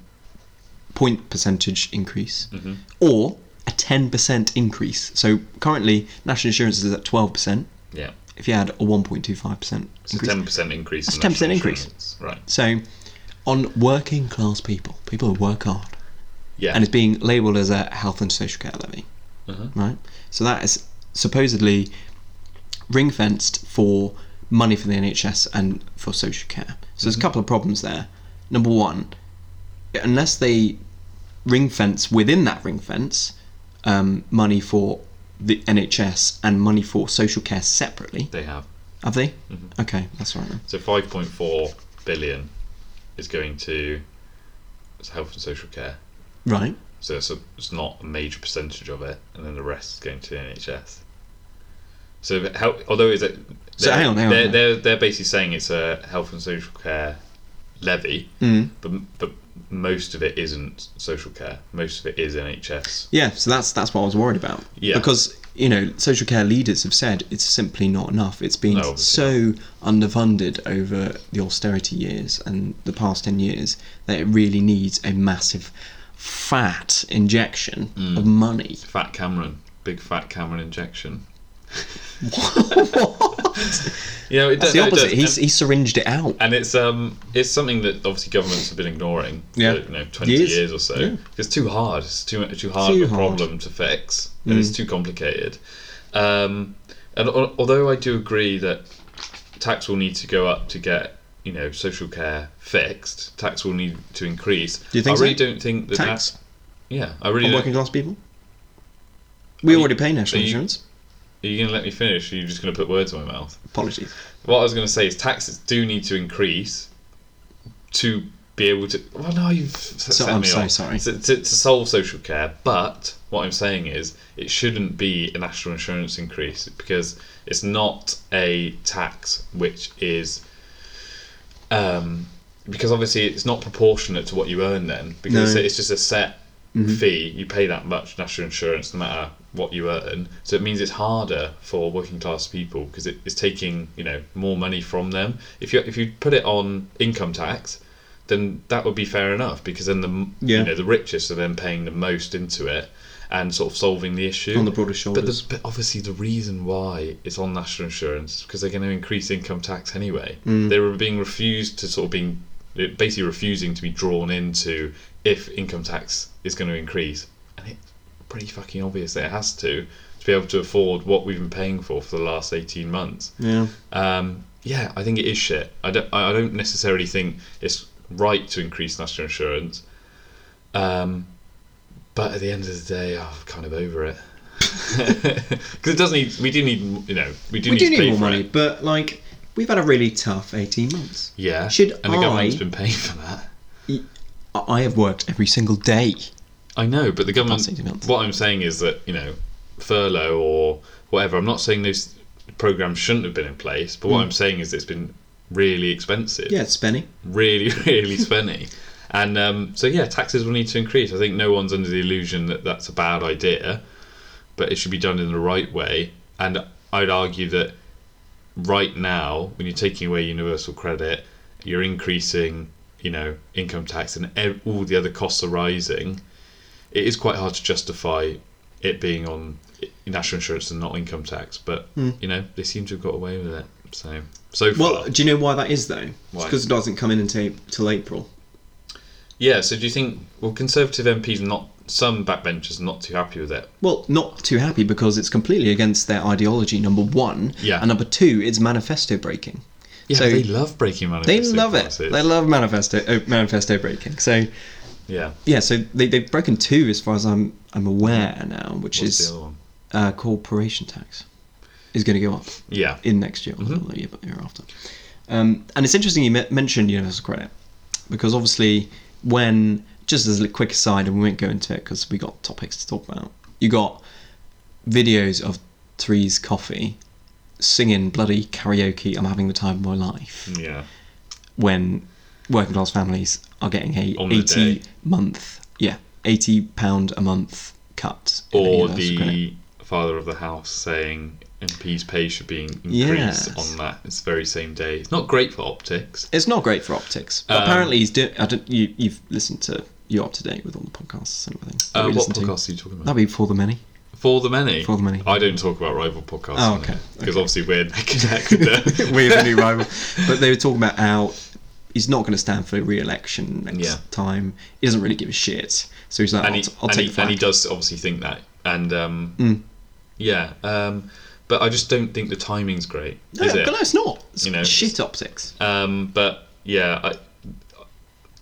B: point percentage increase
A: Mm-hmm.
B: or a 10% increase. So currently, national insurance is at 12%.
A: Yeah.
B: If you add a 1.25%
A: It's a
B: increase.
A: ten percent increase.
B: That's
A: in
B: 10%
A: national
B: increase.
A: insurance. Right.
B: So, on working class people, people who work hard,
A: Yeah.
B: and it's being labelled as a health and social care levy,
A: Uh-huh.
B: right? So that is supposedly ring fenced for money for the NHS and for social care. So
A: Mm-hmm.
B: there's a couple of problems there. Number one, unless they ring fence within that ring fence um, money for the NHS and money for social care separately,
A: they have.
B: have they?
A: Mm-hmm.
B: Okay, that's all right then.
A: So 5.4 billion is going to it's health and social care.
B: Right.
A: So it's, a, it's not a major percentage of it, and then the rest is going to the NHS. So the help, although is it?
B: So hang on, hang on,
A: they're,
B: hang on.
A: they're they're basically saying it's a health and social care levy,
B: Mm.
A: but but most of it isn't social care. Most of it is NHS.
B: Yeah, so that's that's what I was worried about.
A: Yeah.
B: Because you know, social care leaders have said it's simply not enough. It's been
A: No, obviously
B: so underfunded over the austerity years and the past ten years that it really needs a massive, fat injection
A: Mm.
B: of money.
A: Fat Cameron, big fat Cameron injection. You know, it
B: It's
A: does,
B: the
A: no, it does.
B: opposite. He's, he syringed it out.
A: and it's um it's something that obviously governments have been ignoring
B: Yeah.
A: for you know twenty years,
B: Years.
A: or so.
B: Yeah.
A: It's too hard. It's too too hard
B: Too
A: of a
B: hard. Mm.
A: problem to fix, and it's too complicated. Um, and al- although I do agree that tax will need to go up to get you know social care fixed, tax will need to increase.
B: you think
A: I really
B: so?
A: don't think that
B: Tax
A: That, yeah, I really.
B: on
A: Don't,
B: working class people. We
A: Are you-
B: already pay national
A: are you-
B: insurance.
A: are you going to let me finish? Are you just going to put words in my mouth?
B: Apologies.
A: what I was going to say is taxes do need to increase to be able to. Well, no, you've s-
B: So-
A: set
B: I'm
A: me
B: so
A: off.
B: sorry.
A: To, to, to solve social care, but what I'm saying is it shouldn't be a national insurance increase because it's not a tax which is. Um, because obviously it's not proportionate to what you earn then because
B: No.
A: it's just a set fee you pay that much national insurance no matter what you earn so it means it's harder for working class people because it, it's taking you know more money from them if you if you put it on income tax then that would be fair enough because then the m
B: Yeah.
A: you know the richest are then paying the most into it and sort of solving the issue
B: On the broader
A: but,
B: shoulders.
A: the, but obviously, the reason why it's on national insurance is because they're going to increase income tax anyway.
B: Mm.
A: They were being refused to sort of being basically refusing to be drawn into if income tax is going to increase, and it's pretty fucking obvious that it has to to be able to afford what we've been paying for for the last eighteen months.
B: yeah.
A: Um, yeah, I think it is shit. I don't, I I don't necessarily think it's right to increase national insurance. Um, but at the end of the day, oh, I'm kind of over it. Because it does need, we do need, you know, we do
B: We
A: need
B: do
A: to
B: need
A: pay
B: more
A: for
B: money,
A: it.
B: but like we've had a really tough eighteen months.
A: Yeah,
B: Should
A: and the government's
B: I-
A: been paying for that.
B: I- I have worked every single day.
A: I know, but the government.
B: past 18 months.
A: What I'm saying is that you know, furlough or whatever. I'm not saying those programs shouldn't have been in place, but what I'm saying is it's been really expensive.
B: Hmm. Yeah, it's Spenny.
A: really, really spenny. And um, so, yeah, taxes will need to increase. I think no one's under the illusion that that's a bad idea, but it should be done in the right way. And I'd argue that right now, when you're taking away universal credit, you're increasing, you know, income tax, and ev- all the other costs are rising. It is quite hard to justify it being on i- national insurance and not income tax, but you know they seem to have got away with it. So, so far,
B: Well, do you know why that is though?
A: Why?
B: Because it doesn't come in until till April.
A: Yeah, so do you think well Conservative MPs not some backbenchers not too happy with it?
B: Well, not too happy because it's completely against their ideology. Number one,
A: Yeah.
B: and number two, it's manifesto breaking.
A: Yeah,
B: so
A: they love breaking
B: they
A: manifesto.
B: love it.
A: clauses.
B: They love manifesto oh, manifesto breaking. So
A: Yeah.
B: yeah, so they they've broken two as far as I'm I'm aware now, which
A: What's the
B: is
A: other one?
B: uh, corporation tax is going to go up.
A: Yeah.
B: in next year or
A: Mm-hmm.
B: the year, year after. Um, and it's interesting you me- mentioned universal credit because obviously when just as a quick aside, and we won't go into it because we got topics to talk about. You got videos of Three's Coffee
A: Mm.
B: singing bloody karaoke. I'm having the time of my life
A: Yeah.
B: when working class families are getting a
A: On the
B: eighty
A: day.
B: month, yeah, eighty pound a month cut. in the
A: or
B: universal credit.
A: the father of the house saying MP's pay should be increased
B: Yes.
A: on that. It's the very same day. It's not great for optics.
B: It's not great for optics.
A: Um,
B: But apparently, he's doing. I don't. You, you've listened to. You're up to date with all the podcasts and everything. that
A: Uh,
B: we
A: what
B: listen to.
A: podcast are you talking about?
B: That'll be for the many.
A: For the many.
B: For the Many.
A: I don't talk about rival podcasts.
B: Oh, okay,
A: Because obviously we're connected there.
B: we have a new rival. But they were talking about how he's not going to stand for re-election next
A: Yeah.
B: time. He doesn't really give a shit. So he's like,
A: and
B: I'll,
A: he,
B: t- I'll
A: and,
B: take Mm.
A: he, and he
B: flack.
A: does obviously think that. And um, yeah, um, but I just don't think the timing's great.
B: No,
A: is it?
B: no, it's not. It's
A: You know,
B: shit optics.
A: Um, but yeah, I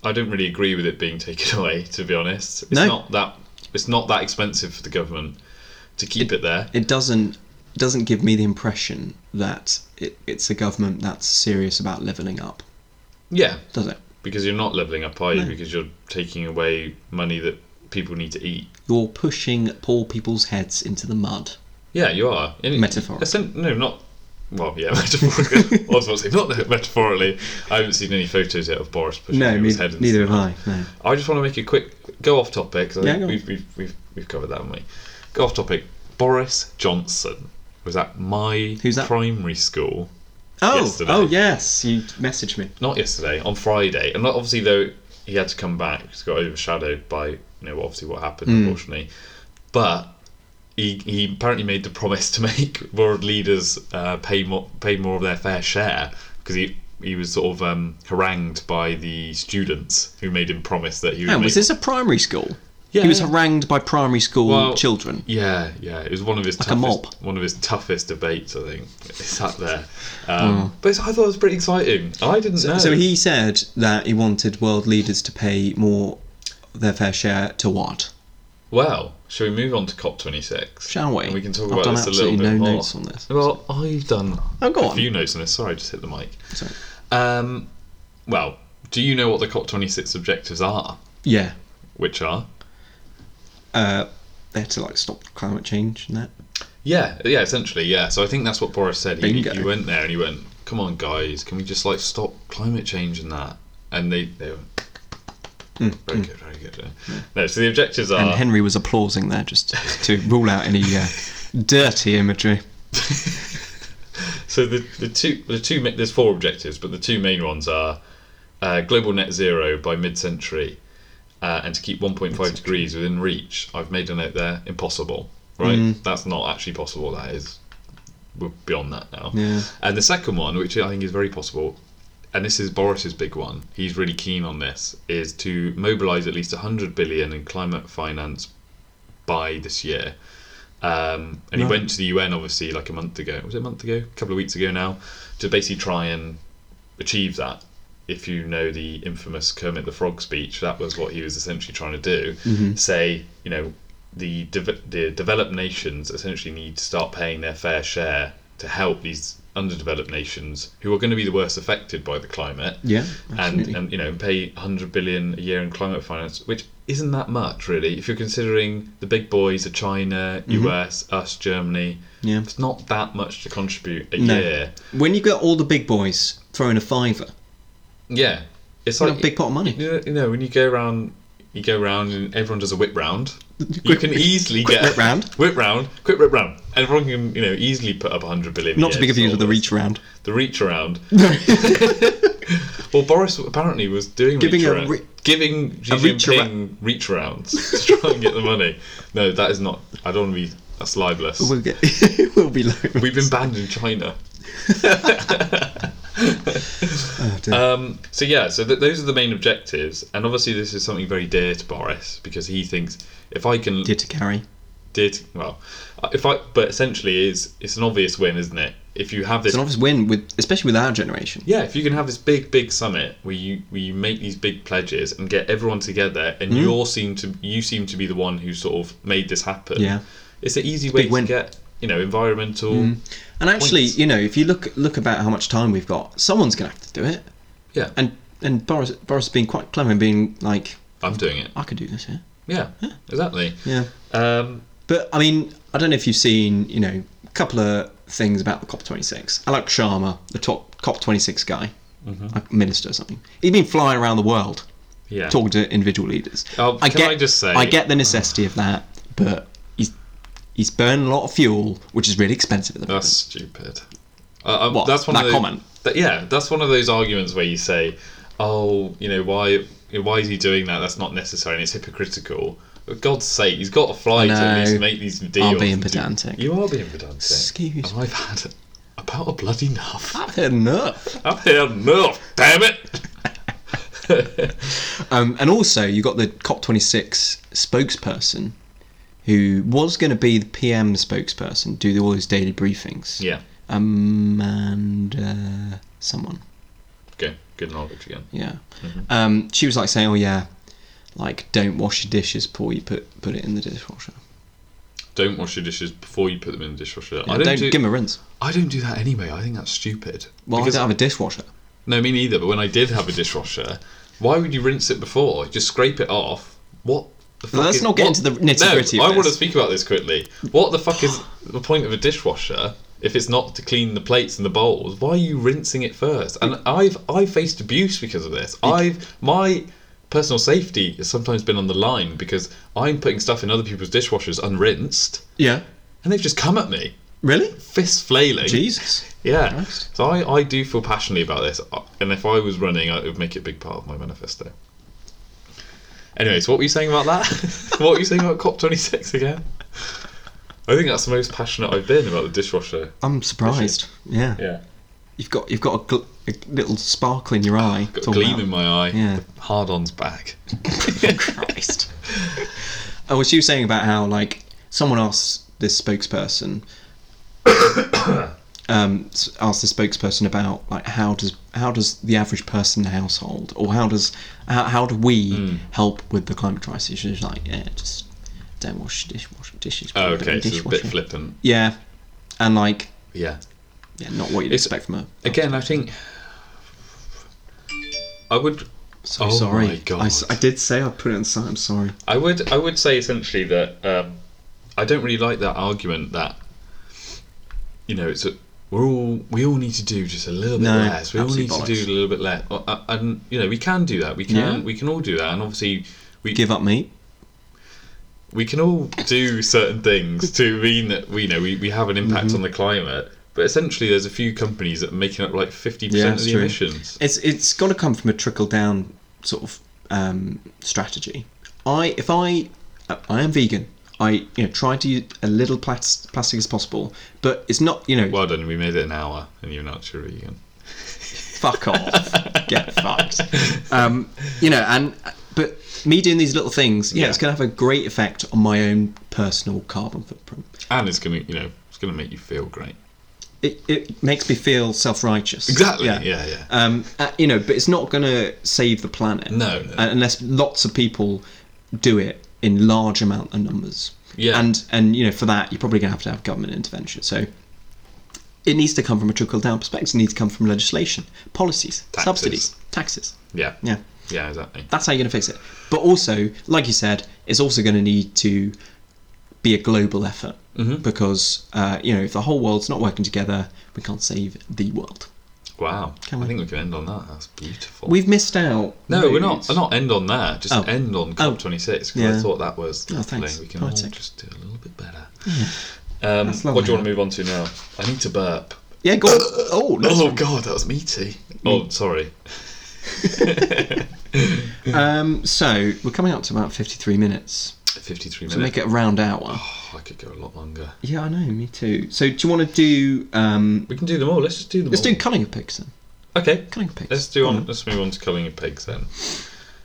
A: I don't really agree with it being taken away. To be honest, it's
B: No.
A: not that it's not that expensive for the government to keep it, there.
B: It doesn't it doesn't give me the impression that it, it's a government that's serious about levelling up,
A: yeah,
B: does it?
A: because you're not leveling up, are you? Because you're taking away money that people need to eat.
B: You're pushing poor people's heads into the mud.
A: Yeah, you are. In-
B: Metaphorically.
A: essen- no, not. Well, yeah, metaphorically. I was about to say, not metaphorically. I haven't seen any photos yet of Boris pushing
B: No,
A: his
B: neither,
A: head. into
B: neither
A: the
B: have I. No.
A: I just want to make a quick go off topic. 'cause I
B: Yeah,
A: think
B: go on.
A: we've, we've, we've, we've covered that, haven't we? Go off topic. Boris Johnson was at my
B: Who's that?
A: primary school.
B: Oh,
A: Yesterday.
B: oh yes, you messaged me.
A: Not yesterday, on Friday. And not- obviously, though, he had to come back. He's got overshadowed by, you know, obviously what happened,
B: Hmm.
A: unfortunately. But he, he apparently made the promise to make world leaders uh, pay more pay more of their fair share because he he was sort of um, harangued by the students who made him promise that he would
B: Oh,
A: make
B: was this a primary school?
A: Yeah.
B: He was harangued by primary school
A: Well-
B: children.
A: Yeah, yeah, it was one of his
B: a
A: toughest,
B: mob.
A: one of his toughest debates. I think it's up there, um, but it's, I thought it was pretty exciting. I didn't know.
B: Hmm. So he said that he wanted world leaders to pay more of their fair share to what?
A: well, shall we move on to COP twenty six?
B: Shall we?
A: And we can talk
B: I've
A: about
B: done
A: this a little
B: absolutely
A: bit
B: no
A: more.
B: notes on this.
A: Well, I've done
B: Oh, go
A: a
B: on.
A: few notes on this. Sorry, I just hit the mic.
B: So,
A: Um, well, do you know what the COP twenty six objectives are?
B: yeah,
A: Which are
B: uh, they had to like stop climate change and that.
A: Yeah, yeah, essentially, yeah. So I think that's what Boris said. He,
B: Bingo.
A: he went there and he went, "Come on, guys, can we just like stop climate change and that?" And they they went, "Very good, very good." No, so the objectives
B: Mm, And
A: are
B: Henry was applauding there just to rule out any uh, dirty imagery.
A: so the the two the two ma- there's four objectives, but the two main ones are uh, global net zero by mid century, uh, and to keep 1.5 degrees within reach. I've made a note there. Impossible, right? That's not actually possible. That is we're beyond that now.
B: Yeah.
A: And the second one, which I think is very possible, and this is Boris's big one. He's really keen on this. Is to mobilise at least 100 billion in climate finance by this year. Um, and he
B: Right.
A: went to the UN obviously like a month ago. Was it a month ago? A couple of weeks ago now, to basically try and achieve that. If you know the infamous Kermit the Frog speech, that was what he was essentially trying to do.
B: Mm-hmm.
A: Say, you know, the de- the developed nations essentially need to start paying their fair share to help these underdeveloped nations who are going to be the worst affected by the climate.
B: Yeah,
A: and
B: absolutely.
A: and you know pay 100 billion a year in climate finance, which isn't that much really. If you're considering the big boys are China, US, us, Germany,
B: Mm-hmm. Yeah.
A: it's not that much to contribute a
B: No.
A: year.
B: When you got all the big boys throwing a fiver,
A: Yeah, it's
B: what
A: like
B: a big pot of money.
A: You know, you know, when you go around, you go round and everyone does a whip round. You
B: Quick-
A: can easily
B: quick
A: get
B: whip round.
A: whip round, quick whip round. Everyone can, you know, easily put up 100 billion.
B: Not to be
A: years
B: confused with the
A: all
B: reach round.
A: this. The reach around. well, Boris apparently was doing
B: Giving
A: reach
B: a
A: around,
B: re-
A: giving Xi
B: a reach
A: Jinping reach rounds to try and get the money. No, that is not. I don't want to be. That's libelous.
B: We'll get. we'll be like.
A: We've been banned in China.
B: Oh, dear.
A: Um, so yeah, so th- those are the main objectives, and obviously this is something very dear to Boris because he thinks if I can
B: Dear to carry.
A: dear to, well, uh, if I but essentially is it's an obvious win, isn't it? If you have this,
B: It's an obvious win with, especially with our generation.
A: yeah, if you can have this big big summit where you where you make these big pledges and get everyone together,
B: Hmm?
A: and you all seem to you seem to be the one who sort of made this happen.
B: Yeah.
A: it's an easy way
B: big
A: to
B: win. Hmm.
A: get you know environmental.
B: And actually,
A: Points.
B: you know, if you look look about how much time we've got, someone's going to have to do it.
A: Yeah,
B: And and Boris Boris being quite clever and being like,
A: I'm doing it.
B: I could do this, yeah,
A: Yeah, exactly.
B: yeah.
A: Um,
B: But I mean, I don't know if you've seen, you know, a couple of things about the COP26. Alex Sharma, the top COP26 guy, a minister or something. He'd been flying around the world
A: Yeah.
B: talking to individual leaders.
A: Oh,
B: I
A: can
B: get,
A: I just say-
B: I get the necessity of that, but he's he's burning a lot of fuel, which is really expensive at the
A: That's
B: moment.
A: stupid. Uh, um,
B: What?
A: That's one
B: That
A: of those,
B: comment?
A: that- yeah, that's one of those arguments where you say, "Oh, you know, why? Why is he doing that? That's not necessary, and it's hypocritical." For God's sake, he's got to fly to
B: know.
A: at least make these deals.
B: being
A: and do-
B: pedantic.
A: You are being pedantic.
B: Excuse
A: And I've had about a bloody enough.
B: I've had enough.
A: I've had enough. Damn it.
B: Um, and also, you got the COP26 spokesperson, who was going to be the PM spokesperson, do all those daily briefings.
A: Yeah.
B: Um, and uh, someone.
A: Okay. Good knowledge again.
B: Yeah.
A: Mm-hmm.
B: Um, she was like saying, "Oh yeah, like don't wash your dishes before you put put it in the dishwasher.
A: Don't wash your dishes before you put them in the dishwasher. I
B: Yeah,
A: don't,
B: don't
A: do.
B: give them a rinse.
A: I don't do that anyway. I think that's stupid.
B: Well,
A: Because-
B: I don't have a dishwasher.
A: No, me neither. But when I did have a dishwasher, why would you rinse it before? Just scrape it off. What? The fuck
B: let's not get into the
A: no,
B: nitty-gritty of
A: I want to
B: this.
A: speak about this quickly. What the fuck is the point of a dishwasher if it's not to clean the plates and the bowls? Why are you rinsing it first? And I've I faced abuse because of this. I've my personal safety has sometimes been on the line because I'm putting stuff in other people's dishwashers unrinsed,
B: Yeah.
A: and they've just come at me,
B: Really?
A: fists flailing.
B: Jesus.
A: Yeah.
B: Christ.
A: So I, I do feel passionately about this, uh, and if I was running, I would make it a big part of my manifesto. Anyways, what were you saying about that? what were you saying about COP26 again? I think that's the most passionate I've been about the dishwasher.
B: I'm surprised. Yeah.
A: Yeah.
B: You've got you've got a, gl- a little sparkle in your eye.
A: Got
B: It's
A: a
B: all
A: gleam
B: about-
A: in my eye.
B: Yeah.
A: Hard on's back.
B: Christ. Oh, was you were saying about how like someone asked this spokesperson, um, s- asked the spokesperson about like how does how does the average person in the household or how does how, how do we
A: Hmm.
B: help with the climate crisis? She was like, yeah, just don't wash dish, wash dishes.
A: Oh,
B: put them in
A: okay. So it's a bit
B: dishwasher."
A: flippant.
B: Yeah, and like
A: Yeah.
B: yeah, not what you'd
A: It's- Oh
B: expect from a.
A: Again, I think I would
B: So
A: Oh
B: sorry.
A: my God.
B: I, s- I did say I put it on silent. I'm sorry.
A: I would I would say essentially that um, I don't really like that argument that you know it's a, we're all we all need to do just a little bit
B: No,
A: less. We all need
B: absolute
A: to do
B: bollocks.
A: a little bit less, Well, uh, and you know we can do that. We can
B: Yeah.
A: we can all do that, and obviously we
B: Give up meat.
A: we can all do certain things to mean that we you know we, we have an impact
B: Mm-hmm.
A: on the climate. But essentially, there's a few companies that are making up like fifty
B: Yeah,
A: percent of
B: that's
A: the
B: true.
A: emissions.
B: It's it's got to come from a trickle down sort of um, strategy. I if I I am vegan. I you know try to use a little plas- plastic as possible, but it's not you know
A: Well done, we made it an hour, and you're not sure vegan.
B: fuck off, get fucked. Um, you know and but me doing these little things, yeah,
A: Yeah.
B: it's going to have a great effect on my own personal carbon footprint.
A: And it's gonna you know it's gonna make you feel great.
B: It it makes me feel self righteous.
A: Exactly. yeah. yeah.
B: Um, uh, you know, but it's not going to save the planet.
A: No, no.
B: Uh, unless lots of people do it in large amount of numbers.
A: Yeah.
B: And and you know, for that, you're probably going to have to have government intervention. So it needs to come from a trickle down perspective. It needs to come from legislation, policies,
A: Taxes.
B: subsidies, taxes.
A: Yeah.
B: Yeah.
A: Yeah, exactly.
B: That's how you're going to fix it. But also, like you said, it's also going to need to be a global effort
A: Mm-hmm.
B: because uh, you know if the whole world's not working together, we can't save the world.
A: Wow.
B: Can we-
A: I think we can end on that. That's beautiful.
B: We've missed out.
A: no, we're not.
B: loads.
A: Not end on that. Just
B: Oh.
A: end on
B: Oh.
A: COP26 because I
B: Yeah.
A: thought that was.
B: Oh, thanks.
A: We can all
B: Poetic.
A: just do a little bit better. Um,
B: That's
A: what do you
B: lovely.
A: want to move on to now? I need to burp.
B: Yeah, go. on. oh, that's
A: oh God, that was meaty. Oh, sorry. Oh,
B: Um, so we're coming up to about fifty-three minutes.
A: Fifty-three
B: So
A: minutes.
B: make it a round hour.
A: Oh, I could go a lot longer.
B: Yeah, I know. Me too. So do you want to do? Um,
A: We can do them all. Let's just do them.
B: let's
A: all.
B: do Mm. cunning of pigs then.
A: Okay.
B: Cunning of pigs.
A: Let's do
B: Go
A: on. Let's move on to culling of pigs then.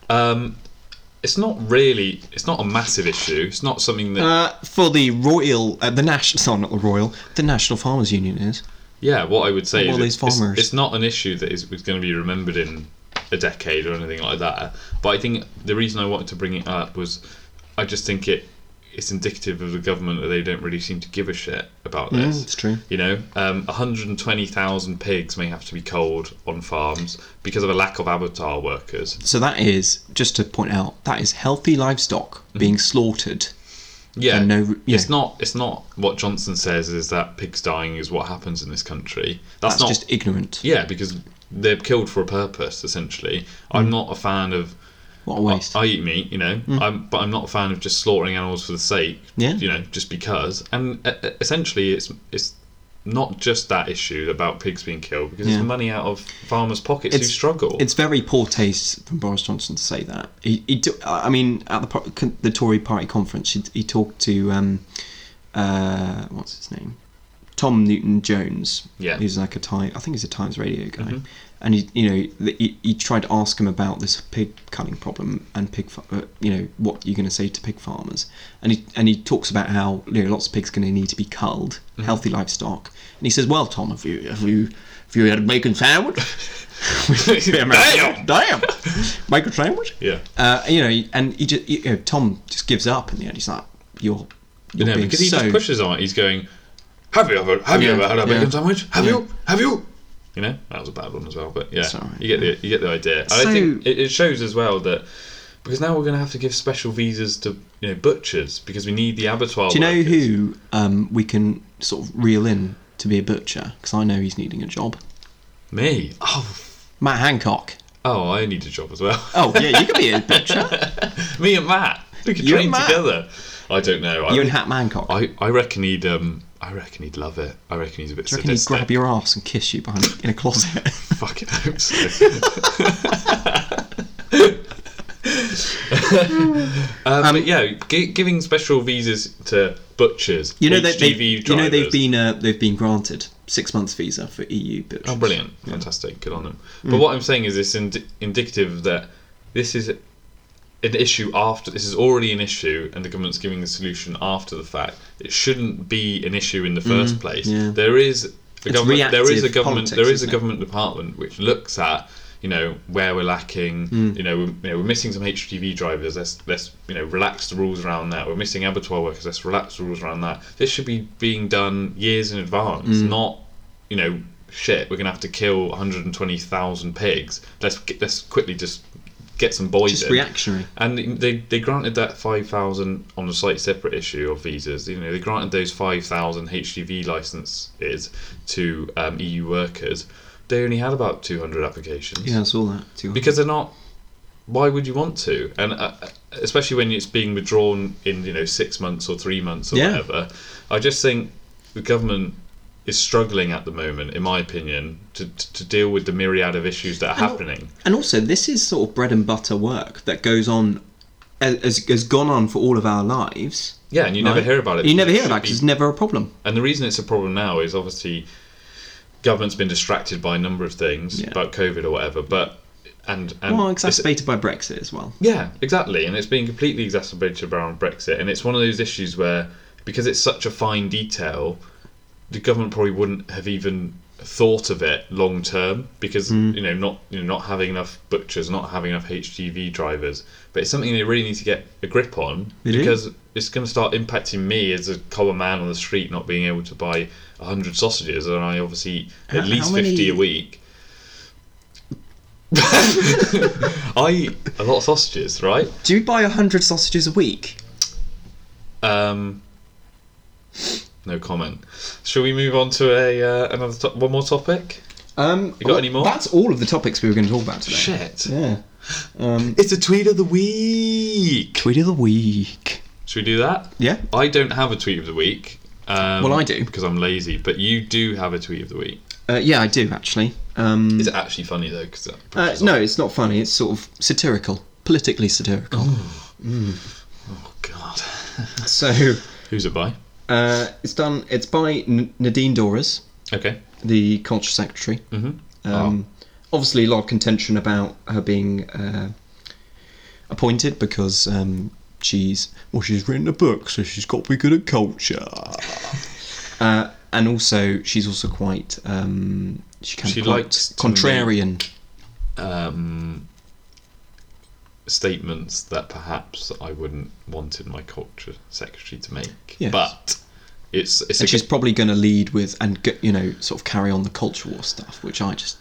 A: Um, it's not really. It's not a massive issue. It's not something that.
B: Uh, for the royal, uh, the national, sorry, not the royal, the National Farmers Union is.
A: Yeah, what I would say
B: All
A: is
B: these
A: it's- it's,
B: farmers.
A: it's not an issue that is going to be remembered in a decade or anything like that. But I think the reason I wanted to bring it up was I just think it it's indicative of the government that they don't really seem to give a shit about this.
B: it's true.
A: You know, um, 120,000 pigs may have to be culled on farms because of a lack of avatar workers.
B: So that is just to point out that is healthy livestock being slaughtered.
A: Mm-hmm. Yeah,
B: And no- you
A: it's
B: know.
A: not. It's not what Johnson says is that pigs dying is what happens in this country. That's,
B: That's
A: not
B: just ignorant.
A: Yeah, because they're killed for a purpose. Essentially,
B: Mm.
A: I'm not a fan of.
B: What a waste.
A: I eat meat, you know, I'm, but I'm not a fan of just slaughtering animals for the sake,
B: Mm. Yeah.
A: you know, just because. And uh, uh, essentially, it's it's not just that issue about pigs being killed because
B: Yeah.
A: it's money out of farmers' pockets who struggle.
B: It's very poor taste from Boris Johnson to say that. He, he t- I mean, at the par- con- the Tory party conference, he, he talked to um, uh, what's his name, Tom Newton Jones.
A: Yeah.
B: who's like a time. I think he's a Times Radio guy, and he, you know, the, he, he tried to ask him about this pig culling problem and pig, fa- uh, you know, what you're going to say to pig farmers, and he and he talks about how you know lots of pigs going to need to be culled, healthy livestock, and he says, well, Tom, have you have you have you had a bacon sandwich?
A: Damn!
B: damn, make a sandwich.
A: Yeah.
B: uh, you know, and he just, you know, Tom just gives up in the end. He's like, "You're,
A: You
B: you're
A: know,
B: being
A: because he
B: so."
A: just pushes on. it. He's going, "Have you ever? Have
B: Yeah,
A: you ever had a bacon
B: yeah.
A: sandwich? Have
B: Yeah.
A: you? Have you?" You know, that was a bad one as well. But yeah,
B: all right.
A: you get the you get the idea. And
B: So-
A: I think it, it shows as well that because now we're going to have to give special visas to you know butchers because we need the abattoir.
B: Do you know
A: workers.
B: who um, we can sort of reel in to be a butcher? Because I know he's needing a job.
A: Me. Oh,
B: Matt Hancock.
A: oh, I need a job as well.
B: Oh yeah, you could be a butcher.
A: Me and Matt. We could
B: You
A: train
B: and Matt.
A: together. I don't know. I,
B: you and Hat Hancock. I
A: I, I reckon he'd um I reckon he'd love it. I reckon he's a bit
B: reckon he'd
A: sadistic.
B: grab your ass and kiss you behind in a closet.
A: Fucking hope so. um, but yeah, gi- giving special visas to butchers,
B: You know that they,
A: HGV drivers.
B: you know they've been uh, they've been granted six months visa for EU butchers.
A: Oh, brilliant! Fantastic. Good on them.
B: Mm.
A: But what I'm saying is, it's ind- indicative that this is an issue after this is already an issue, and the government's giving the solution after the fact. It shouldn't be an issue in the first place.
B: Mm, yeah.
A: There is the
B: It's
A: government. There is a
B: reactive
A: government.
B: politics,
A: there is a
B: isn't it?
A: government department which looks at you know where we're lacking. You, know, we're, you know we're missing some HGV drivers. Let's let's you know relax the rules around that. We're missing abattoir workers. Let's relax the rules around that. This should be being done years in advance, not you know shit. We're gonna have to kill 120,000 pigs. Let's get, let's quickly just get some boys
B: Just
A: in.
B: reactionary.
A: And they, they granted that 5,000 on a slightly separate issue of visas. You know, they granted those 5,000 HGV licenses to um, EU workers. They only had about 200 applications.
B: Yeah, I saw that. Too.
A: Because they're not. Why would you want to? And uh, especially when it's being withdrawn in, you know, six months or three months or
B: Yeah.
A: whatever. I just think the government is struggling at the moment, in my opinion, to, to, to deal with the myriad of issues that are
B: And-
A: happening.
B: And also, this is sort of bread and butter work that goes on, has, has gone on for all of our lives.
A: Yeah, and you never
B: right?
A: hear about it.
B: You never
A: It
B: hear
A: should
B: about it
A: be-
B: because it's never a problem.
A: And the reason it's a problem now is obviously government's been distracted by a number of things
B: Yeah.
A: about COVID or whatever, but and and
B: well,
A: it's-
B: exacerbated by Brexit as well.
A: yeah, exactly, and it's been completely exacerbated around Brexit, and it's one of those issues where because it's such a fine detail, the government probably wouldn't have even thought of it long term because you know not you know not having enough butchers, not having enough HGV drivers, but it's something they really need to get a grip on
B: They do.
A: because it's going to start impacting me as a common man on the street not being able to buy hundred sausages, and I obviously eat
B: How-
A: at least
B: how many-
A: fifty a week. I eat a lot of sausages, right?
B: Do you buy 100 sausages a week?
A: Um, no comment. Shall we move on to a uh, another to- one more topic?
B: Um, you
A: got any more?
B: That's all of the topics we were going to talk about today.
A: Shit!
B: Yeah. Um,
A: It's a tweet of the week.
B: tweet of the week.
A: Should we do that?
B: Yeah.
A: I don't have a tweet of the week. Um,
B: Well, I do.
A: because I'm lazy. But you do have a tweet of the week.
B: Uh, yeah, I do actually. Um,
A: Is it actually funny though? Because
B: uh, no, it's not funny. It's sort of satirical, politically satirical.
A: Oh God.
B: So
A: Who's it by?
B: uh, it's done. It's by N- Nadine Dorers.
A: Okay.
B: the culture secretary. Mm-hmm. Um,
A: Ah.
B: Obviously, a lot of contention about her being uh, appointed because um, she's well, she's written a book, so she's got to be good at culture. uh, and also, she's also quite um, she can
A: She
B: be quite
A: likes to
B: contrarian.
A: Um, statements that perhaps I wouldn't want in my culture secretary to make.
B: Yes.
A: But it's it's
B: And
A: a
B: she's probably going to lead with and go, you know sort of carry on the culture war stuff, which I just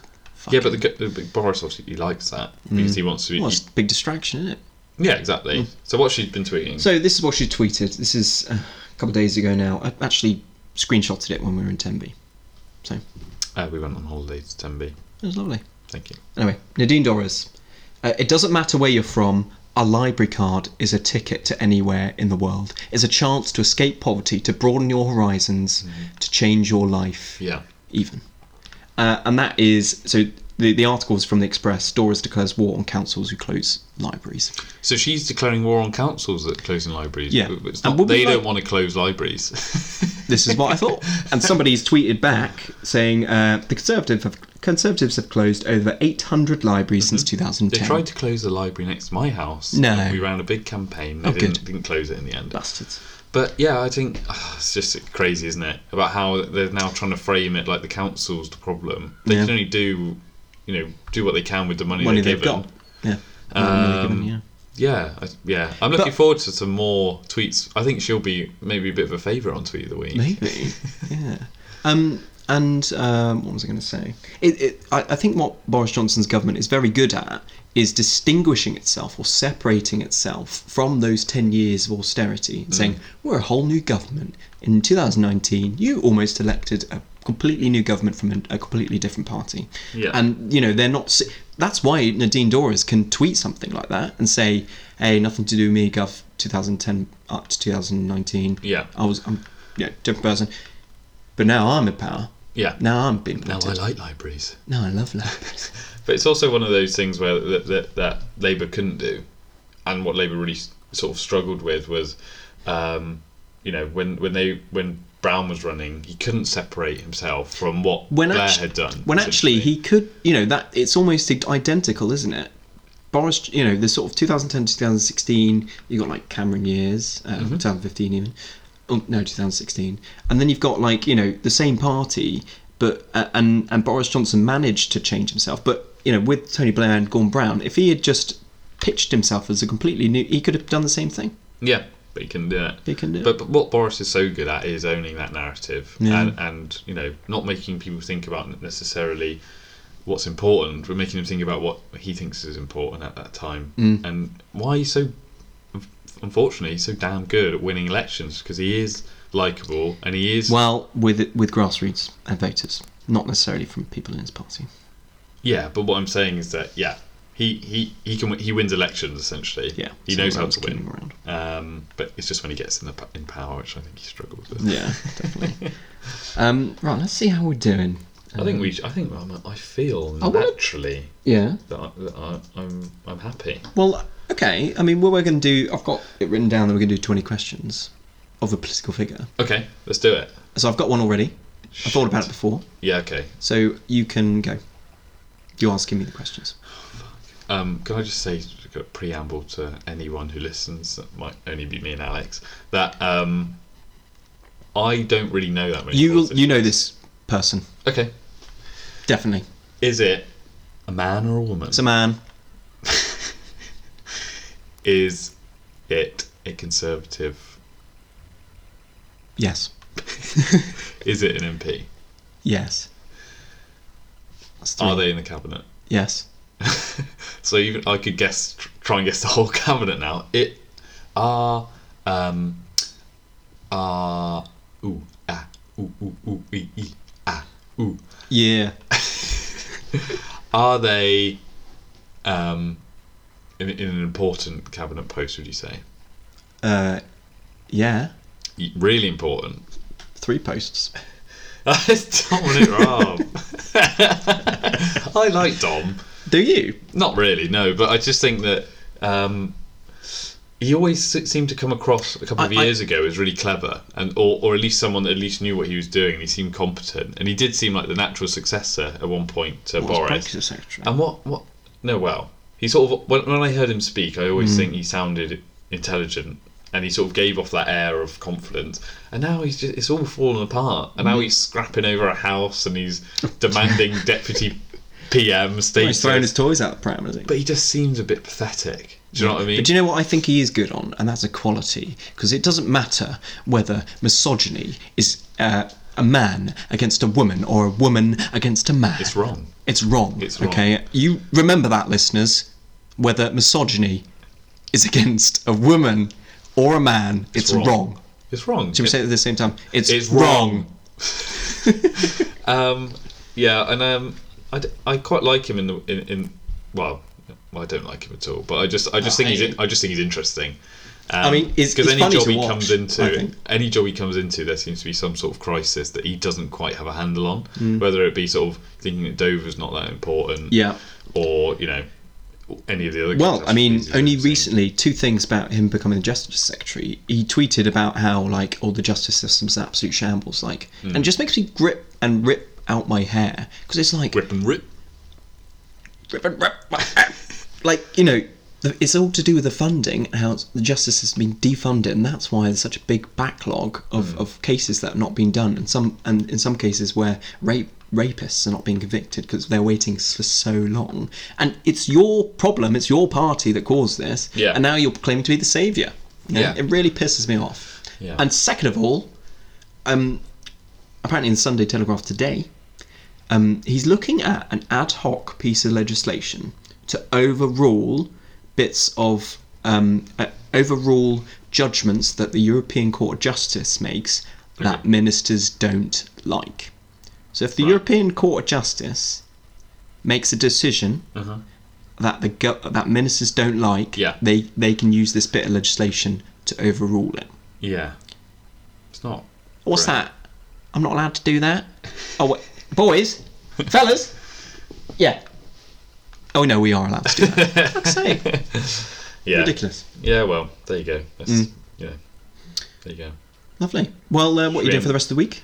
A: Yeah, but the, the, Boris obviously likes that
B: Mm.
A: because he wants to. be
B: well, it's a big distraction, isn't it?
A: yeah, exactly. So what she's been tweeting?
B: Mm. So this is what she tweeted. This is uh, a couple of days ago now. I actually screenshotted it when we were in Tembe. So it
A: uh, we went on holiday to Tembe.
B: was lovely.
A: Thank you.
B: Anyway, Nadine Dorris. Uh, it doesn't matter where you're from. A library card is a ticket to anywhere in the world. It's a chance to escape poverty, to broaden your horizons, to change your life,
A: Yeah.
B: even. Uh, and that is so. The, the article is from the Express. Doris declares war on councils who close libraries.
A: So she's declaring war on councils that closing libraries.
B: Yeah.
A: But it's
B: And
A: not-
B: would we
A: they
B: like-
A: don't want to close libraries.
B: This is what I thought. And somebody's tweeted back saying uh, the Conservative have, Conservatives have closed over 800 libraries since
A: Mm-hmm. they
B: 2010.
A: tried to close the library next to my house.
B: No.
A: and We ran a big campaign. They
B: Oh,
A: didn't,
B: good.
A: didn't close it in the end.
B: Bastards.
A: But yeah, I think ah, it's just crazy, isn't it? About how they're now trying to frame it like the council's the problem. They
B: Yeah.
A: can only do, you know, do what they can with the money,
B: Money
A: they're
B: they've
A: given.
B: got. Yeah. Money they're given,
A: Um,
B: yeah.
A: Yeah, I, yeah. I'm looking
B: But-
A: forward to some more tweets. I think she'll be maybe a bit of a favourite on Tweet of the Week.
B: Maybe. yeah. Um, and um, what was I going to say? It, it, I, I think what Boris Johnson's government is very good at is distinguishing itself or separating itself from those 10 years of austerity and saying, we're a whole new government. In 2019, you almost elected a completely new government from a, a completely different party.
A: Yeah.
B: And, you know, they're not. s- That's why Nadine Dorries can tweet something like that and say, hey, nothing to do with me, Gov 2010 up to 2019.
A: Yeah.
B: I was, I'm, yeah, different person. But now I'm in power.
A: Yeah.
B: Now I'm being
A: Now
B: appointed.
A: I like libraries.
B: now I love libraries.
A: But it's also one of those things where that, that, that Labour couldn't do, and what Labour really s- sort of struggled with was, um, you know, when when they when Brown was running, he couldn't separate himself from what
B: When
A: Blair
B: actu-
A: had done.
B: When actually
A: essentially.
B: he could, you know, that it's almost identical, isn't it? Boris, you know, the sort of 2010 2016, you've got like Cameron years, uh,
A: Mm-hmm.
B: 2015 even. Oh, no, 2016. And then you've got like, you know, the same party, but, uh, and, and Boris Johnson managed to change himself. But, you know, with Tony Blair and Gordon Brown, if he had just pitched himself as a completely new, he could have done the same thing.
A: yeah, but he couldn't do it.
B: He can do it.
A: But, but what Boris is so good at is owning that narrative
B: Yeah.
A: and, and you know not making people think about necessarily what's important, but making them think about what he thinks is important at that time.
B: Mm.
A: And why he's so unfortunately he's so damn good at winning elections because he is likable and he is
B: Well, with with grassroots and voters, not necessarily from people in his party.
A: yeah. But what I'm saying is that yeah. He, he, he can he wins elections essentially.
B: Yeah,
A: he knows
B: so
A: how
B: that's
A: to win.
B: kicking around.
A: Um, but it's just when he gets in the p- in power, which I think he struggles with.
B: Yeah, definitely. um, right, let's see how we're doing.
A: I think we. I think I'm, I feel
B: wanna-
A: naturally
B: Yeah.
A: that, I, that I, I'm I'm happy.
B: Well, okay. I mean, what we're going to do, I've got it written down that we're going to do twenty questions of a political figure.
A: Okay, let's do it.
B: So I've got one already. I thought about it before.
A: Yeah. Okay.
B: So you can go. You're asking me the questions.
A: Um, can I just say, a preamble to anyone who listens that might only be me and Alex that um, I don't really know that many.
B: You will.
A: politicians.
B: You know this person
A: Okay.
B: definitely.
A: Is it a man or a woman?
B: It's a man.
A: Is it a conservative?
B: Yes.
A: Is it an MP?
B: Yes. That's three.
A: Are they in the cabinet?
B: Yes.
A: So even I could guess, tr- try and guess the whole cabinet now. It are um are ooh ah ooh ooh ooh ee, ee, ah ooh.
B: Yeah.
A: Are they um in, in an important cabinet post? Would you say
B: Uh, yeah,
A: E- really important?
B: three posts.
A: It's Dominic Raab. I like Dom.
B: Do you?
A: Not really, no. But I just think that um, he always s- seemed to come across a couple of
B: I- I-
A: years ago as really clever, and or, or at least someone that at least knew what he was doing. and He seemed competent, and he did seem like the natural successor at one point to Boris. And what what? No, well, he sort of when, when I heard him speak, I
B: Hmm.
A: always think he sounded intelligent, and he sort of gave off that air of confidence. And now he's just it's all fallen apart, and
B: Hmm.
A: now he's scrapping over a house, and he's demanding deputy. PM status.
B: He's throwing his toys out the pram, is he?
A: But he just seems a bit pathetic. Do you know what I mean?
B: But do you know what I think he is good on? And that's equality. Because it doesn't matter whether misogyny is uh, a man against a woman or a woman against a man.
A: it's wrong.
B: It's wrong.
A: It's wrong.
B: Okay? You remember that, listeners. Whether misogyny is against a woman or a man, it's, wrong.
A: It's wrong.
B: Should we say it at the same time? It's,
A: It's
B: wrong.
A: um, yeah, and um, I, d- I quite like him in the in, in well, well I don't like him at all, but I just I just
B: Oh,
A: think
B: I-
A: he's in, I just think he's interesting. Um,
B: I mean, it's- it's
A: any
B: funny
A: job
B: to
A: he
B: watch,
A: comes
B: I
A: into,
B: think.
A: any job he comes into, there seems to be some sort of crisis that he doesn't quite have a handle on. Whether it be sort of thinking that Dover's not that important,
B: Mm. Yeah.
A: or you know, any of the other.
B: Well, I mean,
A: catastrophes he's
B: only
A: ever seen.
B: recently, two things about him becoming the justice secretary. He tweeted about how like all the justice system's an absolute shambles, like, and it just makes me grip and rip out my hair because it's like
A: Rip and rip.
B: rip and rip my hair. like you know, the- it's all to do with the funding and how the justice has been defunded, and that's why there's such a big backlog of,
A: Hmm.
B: of cases that have not been done, and some and in some cases where rape rapists are not being convicted because they're waiting for so long, and it's your problem, it's your party that caused this,
A: Yeah.
B: and now you're claiming to be the saviour. And
A: Yeah.
B: it really pisses me off.
A: Yeah.
B: And second of all, um, apparently in the Sunday Telegraph today, um, he's looking at an ad hoc piece of legislation to overrule bits of um, uh, overrule judgments that the European Court of Justice makes that ministers don't like. So if the European Court of Justice makes a decision
A: Uh-huh.
B: that the go- that ministers don't like,
A: Yeah.
B: they they can use this bit of legislation to overrule it.
A: Yeah, it's not.
B: What's
A: Right.
B: that? I'm not allowed to do that. Oh, wait. boys, fellas, yeah. Oh no, we are allowed to do that. Fuck's sake,
A: Yeah.
B: ridiculous. Mm.
A: Yeah. Well, there you go. That's, Yeah. There you go.
B: Lovely. Well, uh, what are you doing
A: Shrimp.
B: for the rest of the week?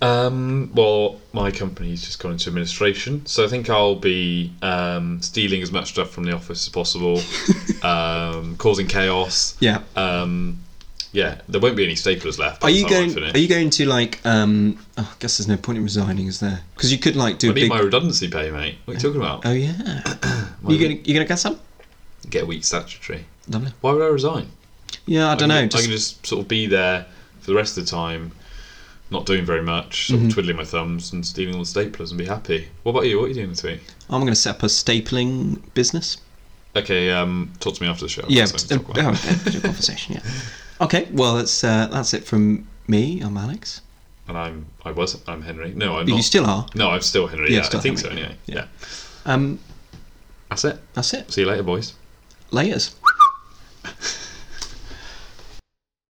A: Um, well, my company's just gone into administration, so I think I'll be um, stealing as much stuff from the office as possible, um, causing chaos.
B: Yeah.
A: Um, yeah, there won't be any staplers left.
B: Are you going?
A: Finish.
B: Are you going to like? Um, oh, I guess there's no point in resigning, is there? Because you could like do
A: I
B: a
A: need
B: big.
A: my redundancy pay, mate. What are you talking about?
B: Oh yeah. you gonna you gonna get some?
A: Get a week statutory.
B: Lovely.
A: Why would I resign?
B: Yeah, I don't know.
A: can,
B: Just,
A: I can just sort of be there for the rest of the time, not doing very much, sort
B: Mm-hmm.
A: of twiddling my thumbs and stealing all the staplers and be happy. What about you? What are you doing this week?
B: I'm going to set up a stapling business.
A: Okay, um, talk to me after the show. I've got
B: Yeah,
A: something to talk
B: but-
A: about.
B: oh, okay, good conversation. Yeah. Okay. Well, that's uh, that's it from me. I'm Alex.
A: and I'm I was I'm Henry. No, I'm
B: You
A: not.
B: still are.
A: no, I'm still Henry.
B: Yeah,
A: Yeah,
B: still
A: I think
B: Henry,
A: so. Anyway,
B: yeah.
A: yeah.
B: Um,
A: that's it.
B: that's it.
A: See you later, boys.
B: Layers.